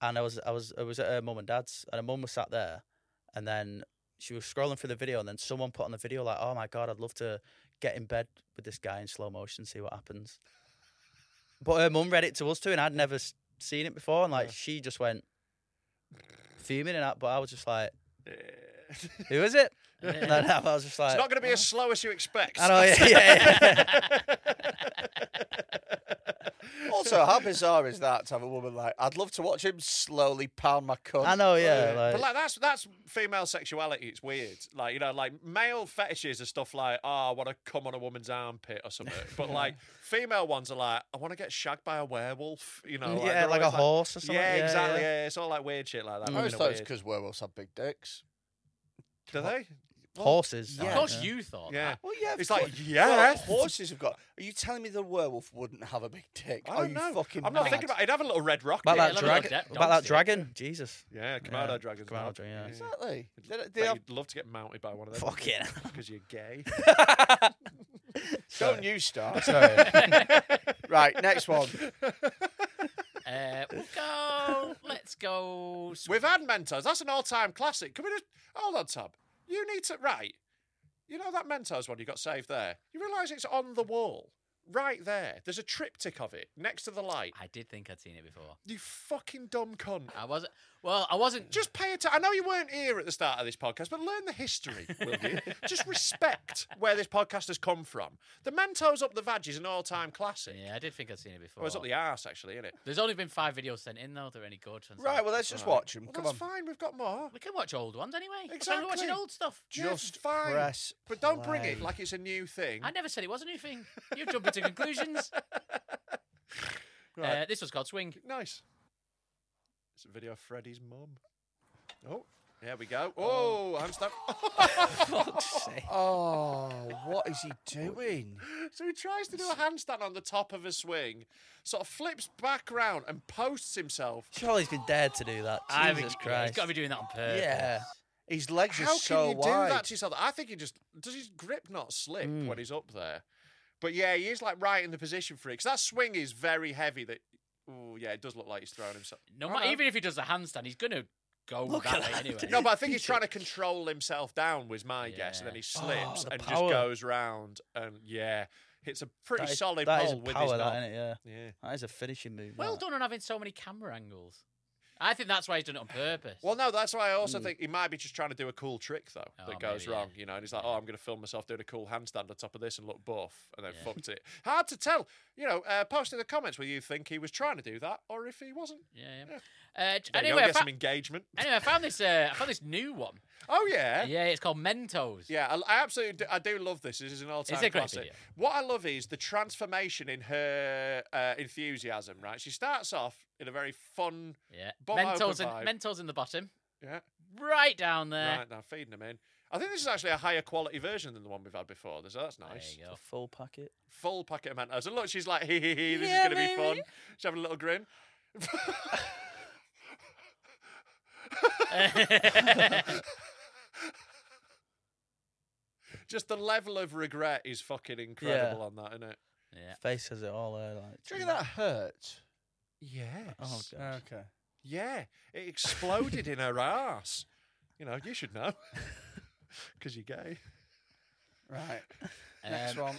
and I was I was I was at her mum and dad's, and her mum was sat there, and then she was scrolling through the video, and then someone put on the video like, "Oh my god, I'd love to get in bed with this guy in slow motion, see what happens." But her mum read it to us too, and I'd never s- seen it before, and like she just went fuming and that. But I was just like, "Who is it?" And then I was just like,
It's not going to be as slow as you expect.
I know, yeah, yeah, yeah.
Also, how bizarre is that to have a woman like? I'd love to watch him slowly pound my cunt.
I know, yeah.
But
Like,
like that's that's female sexuality. It's weird. Like you know, like male fetishes are stuff like oh, I want to come on a woman's armpit or something. But like female ones are like I want to get shagged by a werewolf. You know,
Mm, Yeah,
they're
like a
always
horse or something.
Yeah,
Yeah, Mm.
exactly. Yeah.
yeah.
it's all like Mm. weird shit like that.
I always
Women are
thought it was
weird.
because werewolves have big dicks.
Do they?
horses.
Of course, you thought
Yeah.
that.
Well, yeah. of
It's like,
course.
yes.
Well, horses have got. Are you telling me the werewolf wouldn't have a big dick?
I
Are
don't
you
know.
fucking
I'm not
mad?
thinking about. It'd have a little red rock.
About
in it.
that
let me look
dragon.
at that
About that
dog's
dragon. Jesus.
Yeah, Komodo dragon.
Komodo dragon, yeah.
Exactly. They, they
Bet
have-
you'd love to get mounted by one of them.
Fuck yeah.
Because you're gay.
don't you start. right. Next one.
Uh, we'll go. Let's go. Squ-
We've had Mentos. That's an all-time classic. Can we just hold on, Tom? You need to right. You know that Mentos one you got saved there. You realise it's on the wall, right there. There's a triptych of it next to the light.
I did think I'd seen it before.
You fucking dumb cunt.
I wasn't. Well, I wasn't.
Just pay attention. I know you weren't here at the start of this podcast, but learn the history, will you? Just respect where this podcast has come from. The Mentos up the vag is an all-time classic.
Yeah, I did think I'd seen it before.
Well, it's up the arse, actually, isn't it?
There's only been five videos sent in though. They're any good. and so-
Right. Well, let's just watch them.
Well,
Come on.
that's fine. We've got more.
we can watch old ones anyway. What's wrong with
Exactly.
watching old stuff.
Just
yeah, fine.
press
But don't bring it
play.
like it's a new thing.
I never said it was a new thing. You're jumping to conclusions.
Right.
Uh, this was called Swing.
Nice. It's a video of Freddie's mum. Oh, there we go. Oh, I'm stuck.
Oh, what is he doing?
so he tries to do a handstand on the top of a swing, sort of flips back round and posts himself.
Surely he's been dared to do that.
I
Jesus
think-
Christ.
He's got to be doing that on purpose.
Yeah.
His legs are
How
so
can you
wide.
do that to yourself? I think he just does his grip not slip
Mm.
when he's up there. But yeah, he is like right in the position for it because that swing is very heavy. That oh yeah, it does look like he's throwing himself.
No
I
matter,
know.
even if he does a handstand, he's going to go
Look
that
at
way
that.
anyway.
No, but I think he's trying to control himself down, was my guess. And then he
Yeah.
Oh,
slips
the
and just
power.
goes round and yeah, hits a pretty
That is-
solid
that is
pole with
power,
his
that,
knob.
innit? Yeah.
Yeah.
That is a finishing move.
well
that.
done on having so many camera angles. I think that's why he's done it on purpose.
Well, no, that's why I also think he might be just trying to do a cool trick though
Hmm. Oh,
that goes
maybe, yeah.
wrong, you know. And he's like, "Oh, I'm going to film myself doing a cool handstand on top of this and look buff," and then fucked it. Hard to tell, you know. Uh, post in the comments whether you think he was trying to do that or if he wasn't.
yeah. yeah. Uh, j-
There you go,
anyway, I
get
fa-
some engagement.
anyway, I found this. Uh, I found this new one.
Oh yeah,
Yeah, it's called Mentos.
Yeah, I, I absolutely do, I do love this. This is an all-time
It's a great
classic.
video.
What I love is the transformation in her uh, enthusiasm. Right, she starts off in a very fun.
Yeah.
Bum
Mentos in,
open vibe.
Mentos in the bottom,
Yeah,
right down there.
right now feeding them in. I think this is actually a higher quality version than the one we've had before. So that's nice.
There you go.
Full packet.
Full packet of Mentos. And look, she's like, hee hee hee, this
Yeah,
is going to be fun.
baby.
She's having a little grin. Just the level of regret is fucking incredible on that, isn't it?
yeah.
Face has it all there. Like,
Do you reckon that hurt?
Yes.
Oh, God.
Okay.
Yeah, it exploded in her ass. You know, you should know. Because you're gay.
Right. Next
Um,
one.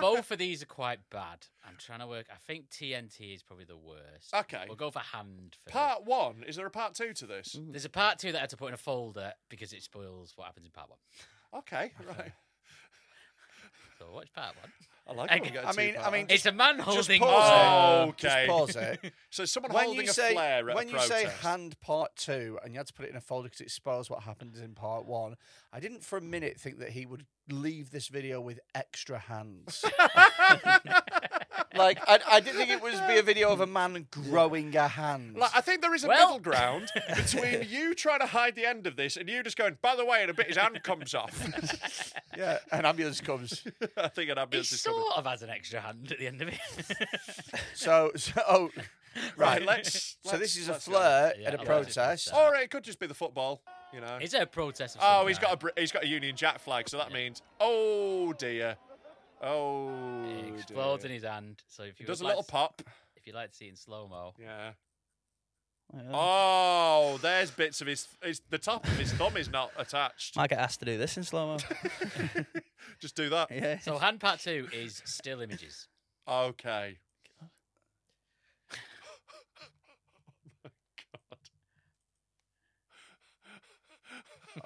Both of these are quite bad. I'm trying to work. I think TNT is probably the worst.
Okay.
We'll go for hand first.
Part one. Is there a part two to this?
Mm.
There's a part two that I had to put in a folder because it spoils what happens in part one.
Okay, right.
So watch part one.
I like
Okay.
it. when we get a
I mean,
two-part.
I mean,
It's
just,
a man holding.
pause it.
Oh,
just
okay.
pause it.
So someone
when
holding
you
a
say
flare at
when
a
you say
protest.
hand part two, and you had to put it in a folder because it spoils what happens in part one. I didn't for a minute think that he would leave this video with extra hands. like I, I didn't think it was be a video of a man growing a hand.
Like, I think there is a
Well-
middle ground between you trying to hide the end of this and you just going, by the way, in a bit his hand comes off.
yeah, an ambulance comes.
I think an
He
ambulance is coming.
sort of has an extra hand at the end of it.
So, so oh,
Right,
right.
let's-
so this
let's-
is a
let's Oh. go.
flirt
Yeah,
at a
yeah.
protest.
Yeah.
Or it could just be the football, you know.
is there a protest? of
Oh,
some
he's got a
kind?
br- he's got a Union Jack flag, so that means oh dear, oh
It explodes
dear.
in his hand. So if you
does a
would
little
like to-
pop.
if you like to see it in slow mo,
Yeah.
Yeah.
Oh, there's bits of his, his the top of his thumb is not attached.
Might get asked to do this in slow mo.
Just do that.
yeah.
so hand part two is still images.
Okay.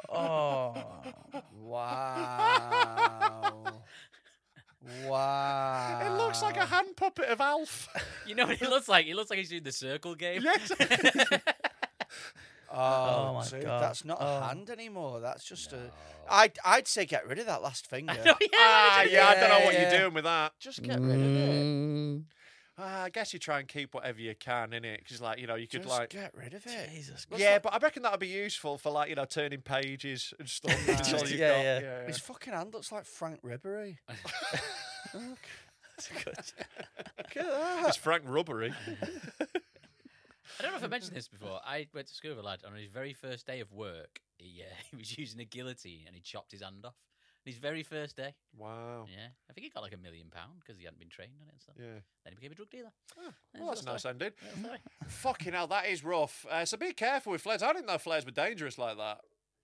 Oh.
Wow. wow.
It looks like a hand puppet of Alf.
You know what he looks like? He looks like he's doing the circle game.
yes.
Oh,
Oh my
dude,
God.
that's not
Oh.
a hand anymore. That's just a. I'd I'd say get rid of that last finger.
No, yeah.
ah, yeah, I don't know what
Yeah,
you're
yeah.
doing with that.
Just get rid of it.
Ah, I guess you try and keep whatever you can in it because, like, you know, you could
Just
like
get rid of it.
Jesus.
yeah, but I reckon that'd be useful for like you know turning pages and stuff. That's all
Just-
you've
yeah,
got.
yeah.
His fucking hand looks like Frank Ribery. Look at that.
It's Frank Rubbery.
I don't know if I mentioned this before. I went to school with a lad, and on his very first day of work, he, uh, he was using a guillotine and he chopped his hand off. His very first day.
wow.
Yeah. I think he got like a million pounds because he hadn't been trained on it and stuff.
Oh. Yeah.
Then he became a drug dealer.
Well, that's a nice ending.
That's all right.
Fucking hell, that is rough. Uh, so be careful with flares. I didn't know flares were dangerous like that.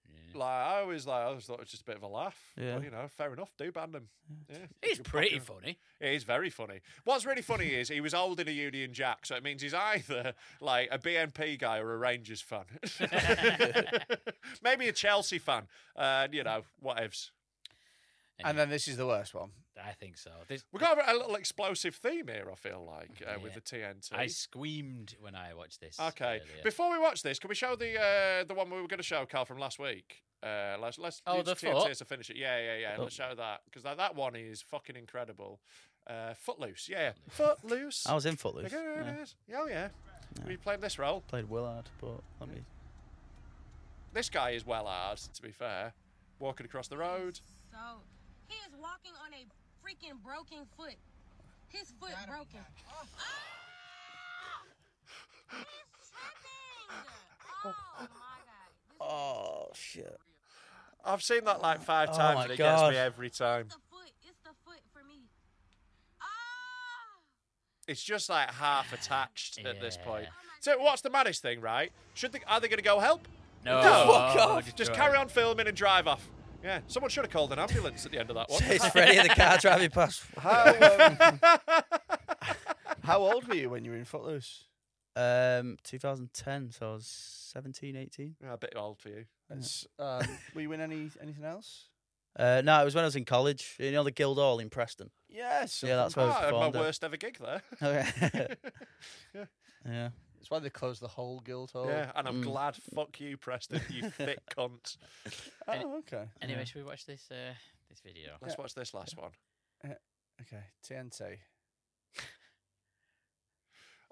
Yeah.
Like I always like I always thought it was just a bit of a laugh.
Yeah.
But you know, fair enough. Do ban them. Yeah.
He's
You're
pretty
fucking-
funny.
It is very funny. What's really funny is he was old in a Union Jack, so it means he's either like a BNP guy or a Rangers fan. Maybe a Chelsea fan. Uh, you know, whatevs.
And then this is the worst one.
I think so. This,
We've got a little explosive theme here, I feel like, uh, with
Yeah.
the TNT.
I screamed when I watched this.
Okay.
earlier.
Before we watch this, can we show the uh, the one we were going to show, Carl, from last week? Uh, let's let's
Oh,
use
the
TNT
foot? Oh.
as a finish it. Yeah, yeah, yeah. Let's show that because that, that one is fucking incredible. Uh, Footloose, yeah. Footloose.
I was in Footloose.
Again,
Yeah.
it is. Oh yeah. We played this role.
Played Willard, but let me.
This guy is well hard, to be fair. Walking across the road.
So, he is walking on a freaking broken foot. His foot broken. Oh. He's tripping! Oh my god. This
Oh shit!
I've seen that like five
Oh,
times,
my
and it
God.
gets me every time.
is the foot. It's the foot for me. Ah!
It's just like half attached at this point.
Yeah.
So what's the maddest thing, right? Should they, are they going to go help?
No.
Oh,
fuck off.
Detroit.
Just carry on filming and drive off. Yeah, someone should have called an ambulance at the end of that one.
It's Freddy in the car driving past.
How, um, how old were you when you were in Footloose?
Um, 2010, so I was 17, 18.
Yeah, a bit old for you.
It's, um, were you in any anything else?
Uh, no, it was when I was in college. You know the Guildhall in Preston.
Yes.
Yeah, that's
Oh,
where
I
I
had my
performed. at.
worst ever gig there.
Okay. yeah.
It's why they closed the whole Guildhall.
Yeah, and I'm
Mm.
glad. Fuck you, Preston, you thick cunt.
Oh, okay.
Anyway, should we watch this uh, this video?
Let's watch this last one.
Okay. TNT.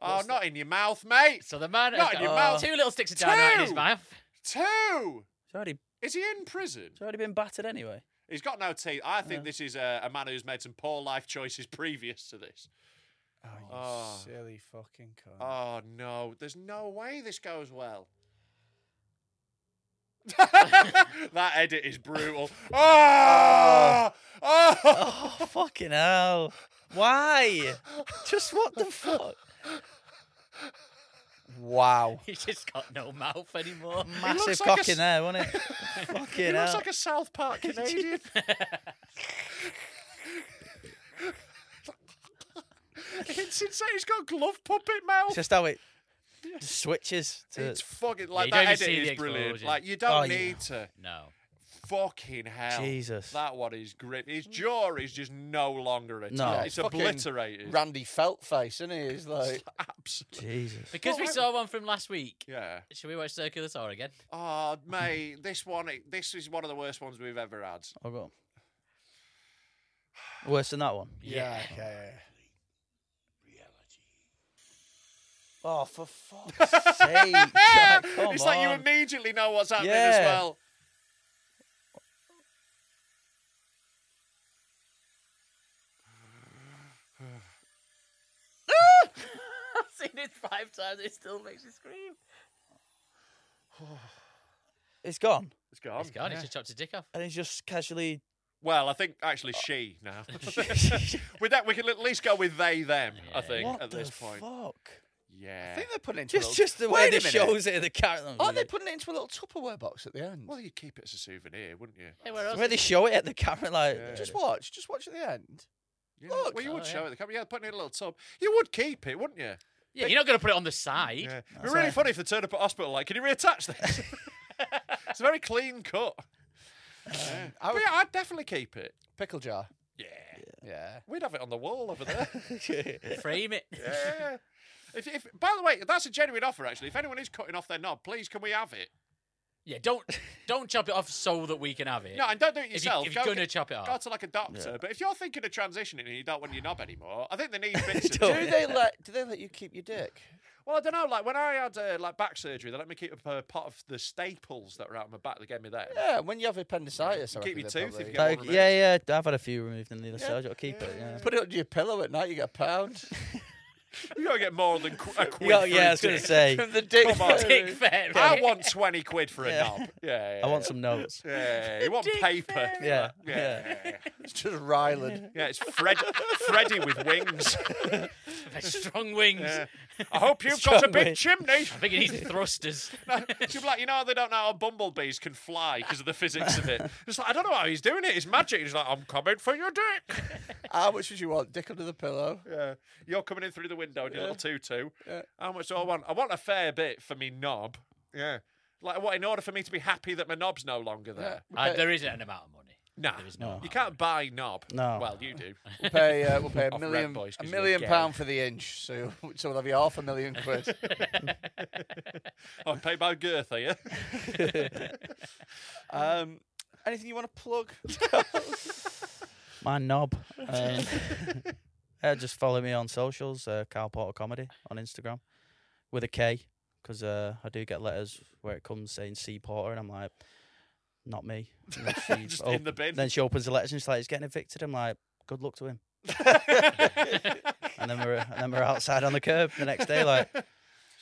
Oh, not in your mouth, mate.
So the man
Not
has
in
got
your mouth.
two little sticks of dynamite in his
Two!
mouth.
Two.
It's already,
Is he in prison?
it's already been battered anyway.
He's got no teeth. I think this is a, a man who's made some poor life choices previous to this.
Oh, you
Oh.
silly fucking cunt.
Oh no, there's no way this goes well. that edit is brutal. Oh, oh.
Oh, fucking hell. Why? Just what the fuck?
Wow.
He's just got no mouth anymore.
Massive
looks like
cock
a s-
in there, wasn't it? fucking
he
hell.
looks like a South Park Canadian. it's insane. He's got glove puppet
It's
mouth.
just how it switches to.
it's fucking like
you don't
that
even
edit
see the
is brilliant.
explosion.
Like you don't
Oh, yeah.
need to.
No.
Fucking hell.
Jesus.
That one is grip. His jaw is just no longer attached.
No.
It's
Fucking
obliterated.
Randy Felt face, isn't he? He's like,
Absolutely.
Jesus.
Because we
Well, I-
saw one from last week.
Yeah.
Should we watch Circular Saw again?
Oh, mate, this one, this is one of the worst ones we've ever had.
I'll go. Worse than that one.
yeah, okay.
Oh, for fuck's sake. Jack, come
it's like you
on.
immediately know what's happening as
Yeah.
well.
I've seen it five times. It still makes me scream.
It's gone.
It's gone.
It's gone.
Oh, Yeah.
It's just chopped his dick off.
And it's just casually.
Well, I think
Uh,
actually she now. with that, we can at least go with they them. I think
what
at
the
this point.
fuck?
Yeah.
I think they're putting it into a
Just,
little-
just the
Wait
way
a
they
minute.
shows it, the carrot.
Aren't they putting it into a little Tupperware box at the end?
well, you'd keep it as a souvenir, wouldn't you?
Hey, where
The
else?
way they show it at the camera, like
just watch. Just watch at the end.
Yeah.
Look.
well, you would
Oh,
show
yeah.
it. at The camera. Yeah, putting it in a little tub. You would keep it, wouldn't you?
Yeah, you're not going to put it on the side.
Yeah. It'd be really funny if they turned up at hospital. Like, can you reattach this? it's a very clean cut. Yeah. But yeah, I'd definitely keep it.
Pickle jar.
Yeah.
Yeah.
We'd have it on the wall over there.
Frame it.
yeah. If, if, by the way, that's a genuine offer, actually. If anyone is cutting off their knob, please can we have it?
Yeah, don't don't chop it off so that we can have it.
No, and don't do
If
it
you-
yourself.
If, you, are
Go
gonna
get-
chop it off,
go to like a doctor. But if you're thinking of transitioning and you don't want your knob anymore, I think they need bits. of-
Do they let? Do they let you keep your dick?
Well, I don't know. Like when I had uh, like back surgery, they let me keep a uh, pot of the staples that were out of my back. They gave me that.
Yeah, when you have appendicitis, I
Keep your
reckon they
tooth if
probably-
you get one
Like,
removed.
yeah, yeah. I've had a few removed and the other
Yeah,
side. I'll keep it. Yeah.
Put it under your pillow at night. You get a pound.
You gotta get more than qu- a quid.
Yeah,
for
yeah,
a
I was gonna
dick.
say.
The dick
Come on.
fairy.
Dick fairy.
I want twenty quid for a
Yeah.
knob. Yeah, yeah,
I want
yeah.
some notes.
Yeah, you want paper.
Yeah,
yeah, yeah.
It's just Ryland.
Yeah, it's Fred, Freddy with wings.
They're strong wings.
Yeah. I hope you've got a
Strong
big
wings.
chimney.
I think it needs thrusters.
She'd be like, you know, how they don't know how bumblebees can fly because of the physics of it. It's like, I don't know how he's doing it. It's magic. He's like, I'm coming for your dick.
How much would you want? Dick under the pillow.
Yeah. You're coming in through the window in your little tutu. How much do I want? I want a fair bit for me knob. Yeah. Like, what, in order for me to be happy that my knob's no longer there?
Uh, there isn't an amount of money.
Nah.
There is no.
You can't buy knob.
No.
Well, you do.
We'll pay, uh, we'll pay a
Off Red
million,
Boys
a
'cause you're
million
gay.
pound for the inch. So, so we'll have you half a million quid.
I'm paid by girth, are you?
um, anything you want to plug?
My knob. Um, yeah, just follow me on socials, uh, Carl Porter Comedy on Instagram with a K, because uh, I do get letters where it comes saying C Porter, and I'm like, not me. And then she
Just in the bin.
Then she opens the letters and she's like, he's getting evicted. I'm like, good luck to him. and then we're and then we're outside on the curb the next day, like. just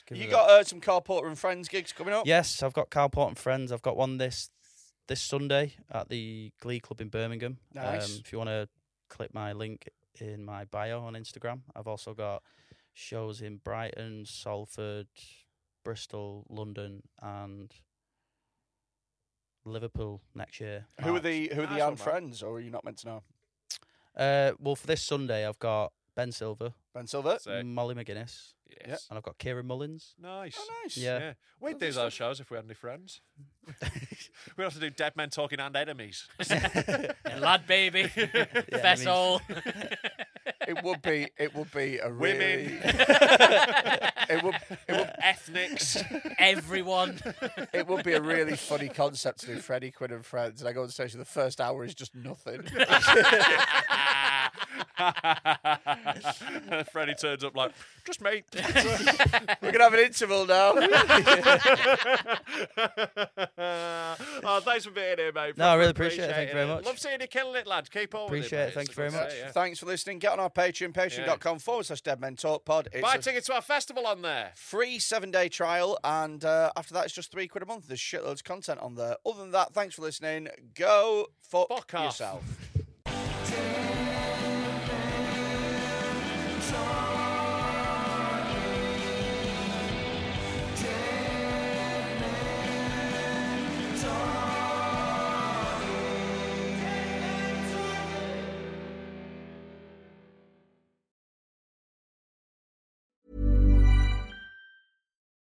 give
You
it a-
got uh, some Carl Porter and Friends gigs coming up?
Yes, I've got Carl Porter and friends. I've got one this this Sunday at the Glee Club in Birmingham. Um,
Nice.
if you want to click my link in my bio on Instagram, I've also got shows in Brighton, Salford, Bristol, London, and Liverpool next year.
Who are
March.
the Who are
Nice
the
one,
Am
man.
Friends? Or are you not meant to know?
Uh, well, for this Sunday, I've got Ben Silver,
Ben Silver.
Sick.
Molly McGuinness,
Yes.
and I've got Kieran Mullins.
Nice.
Oh, nice.
Yeah.
Yeah. We'd do those shows if we had any friends. We'd have to do Dead Men Talking and Enemies.
And lad baby, vessel.
It would be. It would be a really.
Women.
It would. It would.
Ethnics.
everyone.
It would be a really funny concept to do Freddie Quinn and Friends, and I go on stage. and The first hour is just nothing.
Freddie turns up like, just me.
We're gonna have an interval now.
oh, thanks for being here, mate.
No, I really
Proper
appreciate it. Thank you very
it.
much.
Love seeing you killing it, lad. Keep on
Appreciate it.
with
Thank you
it. mate. It's
very
a good
much.
set, yeah.
Thanks for listening. Get on our Patreon, patreon.com forward slash Dead Men Talk Pod. It's
Buy
a
tickets to our festival on there.
free seven day trial, and uh, after that, it's just three quid a month. There's shitloads of content on there. Other than that, thanks for listening. Go fuck,
Fuck off.
yourself.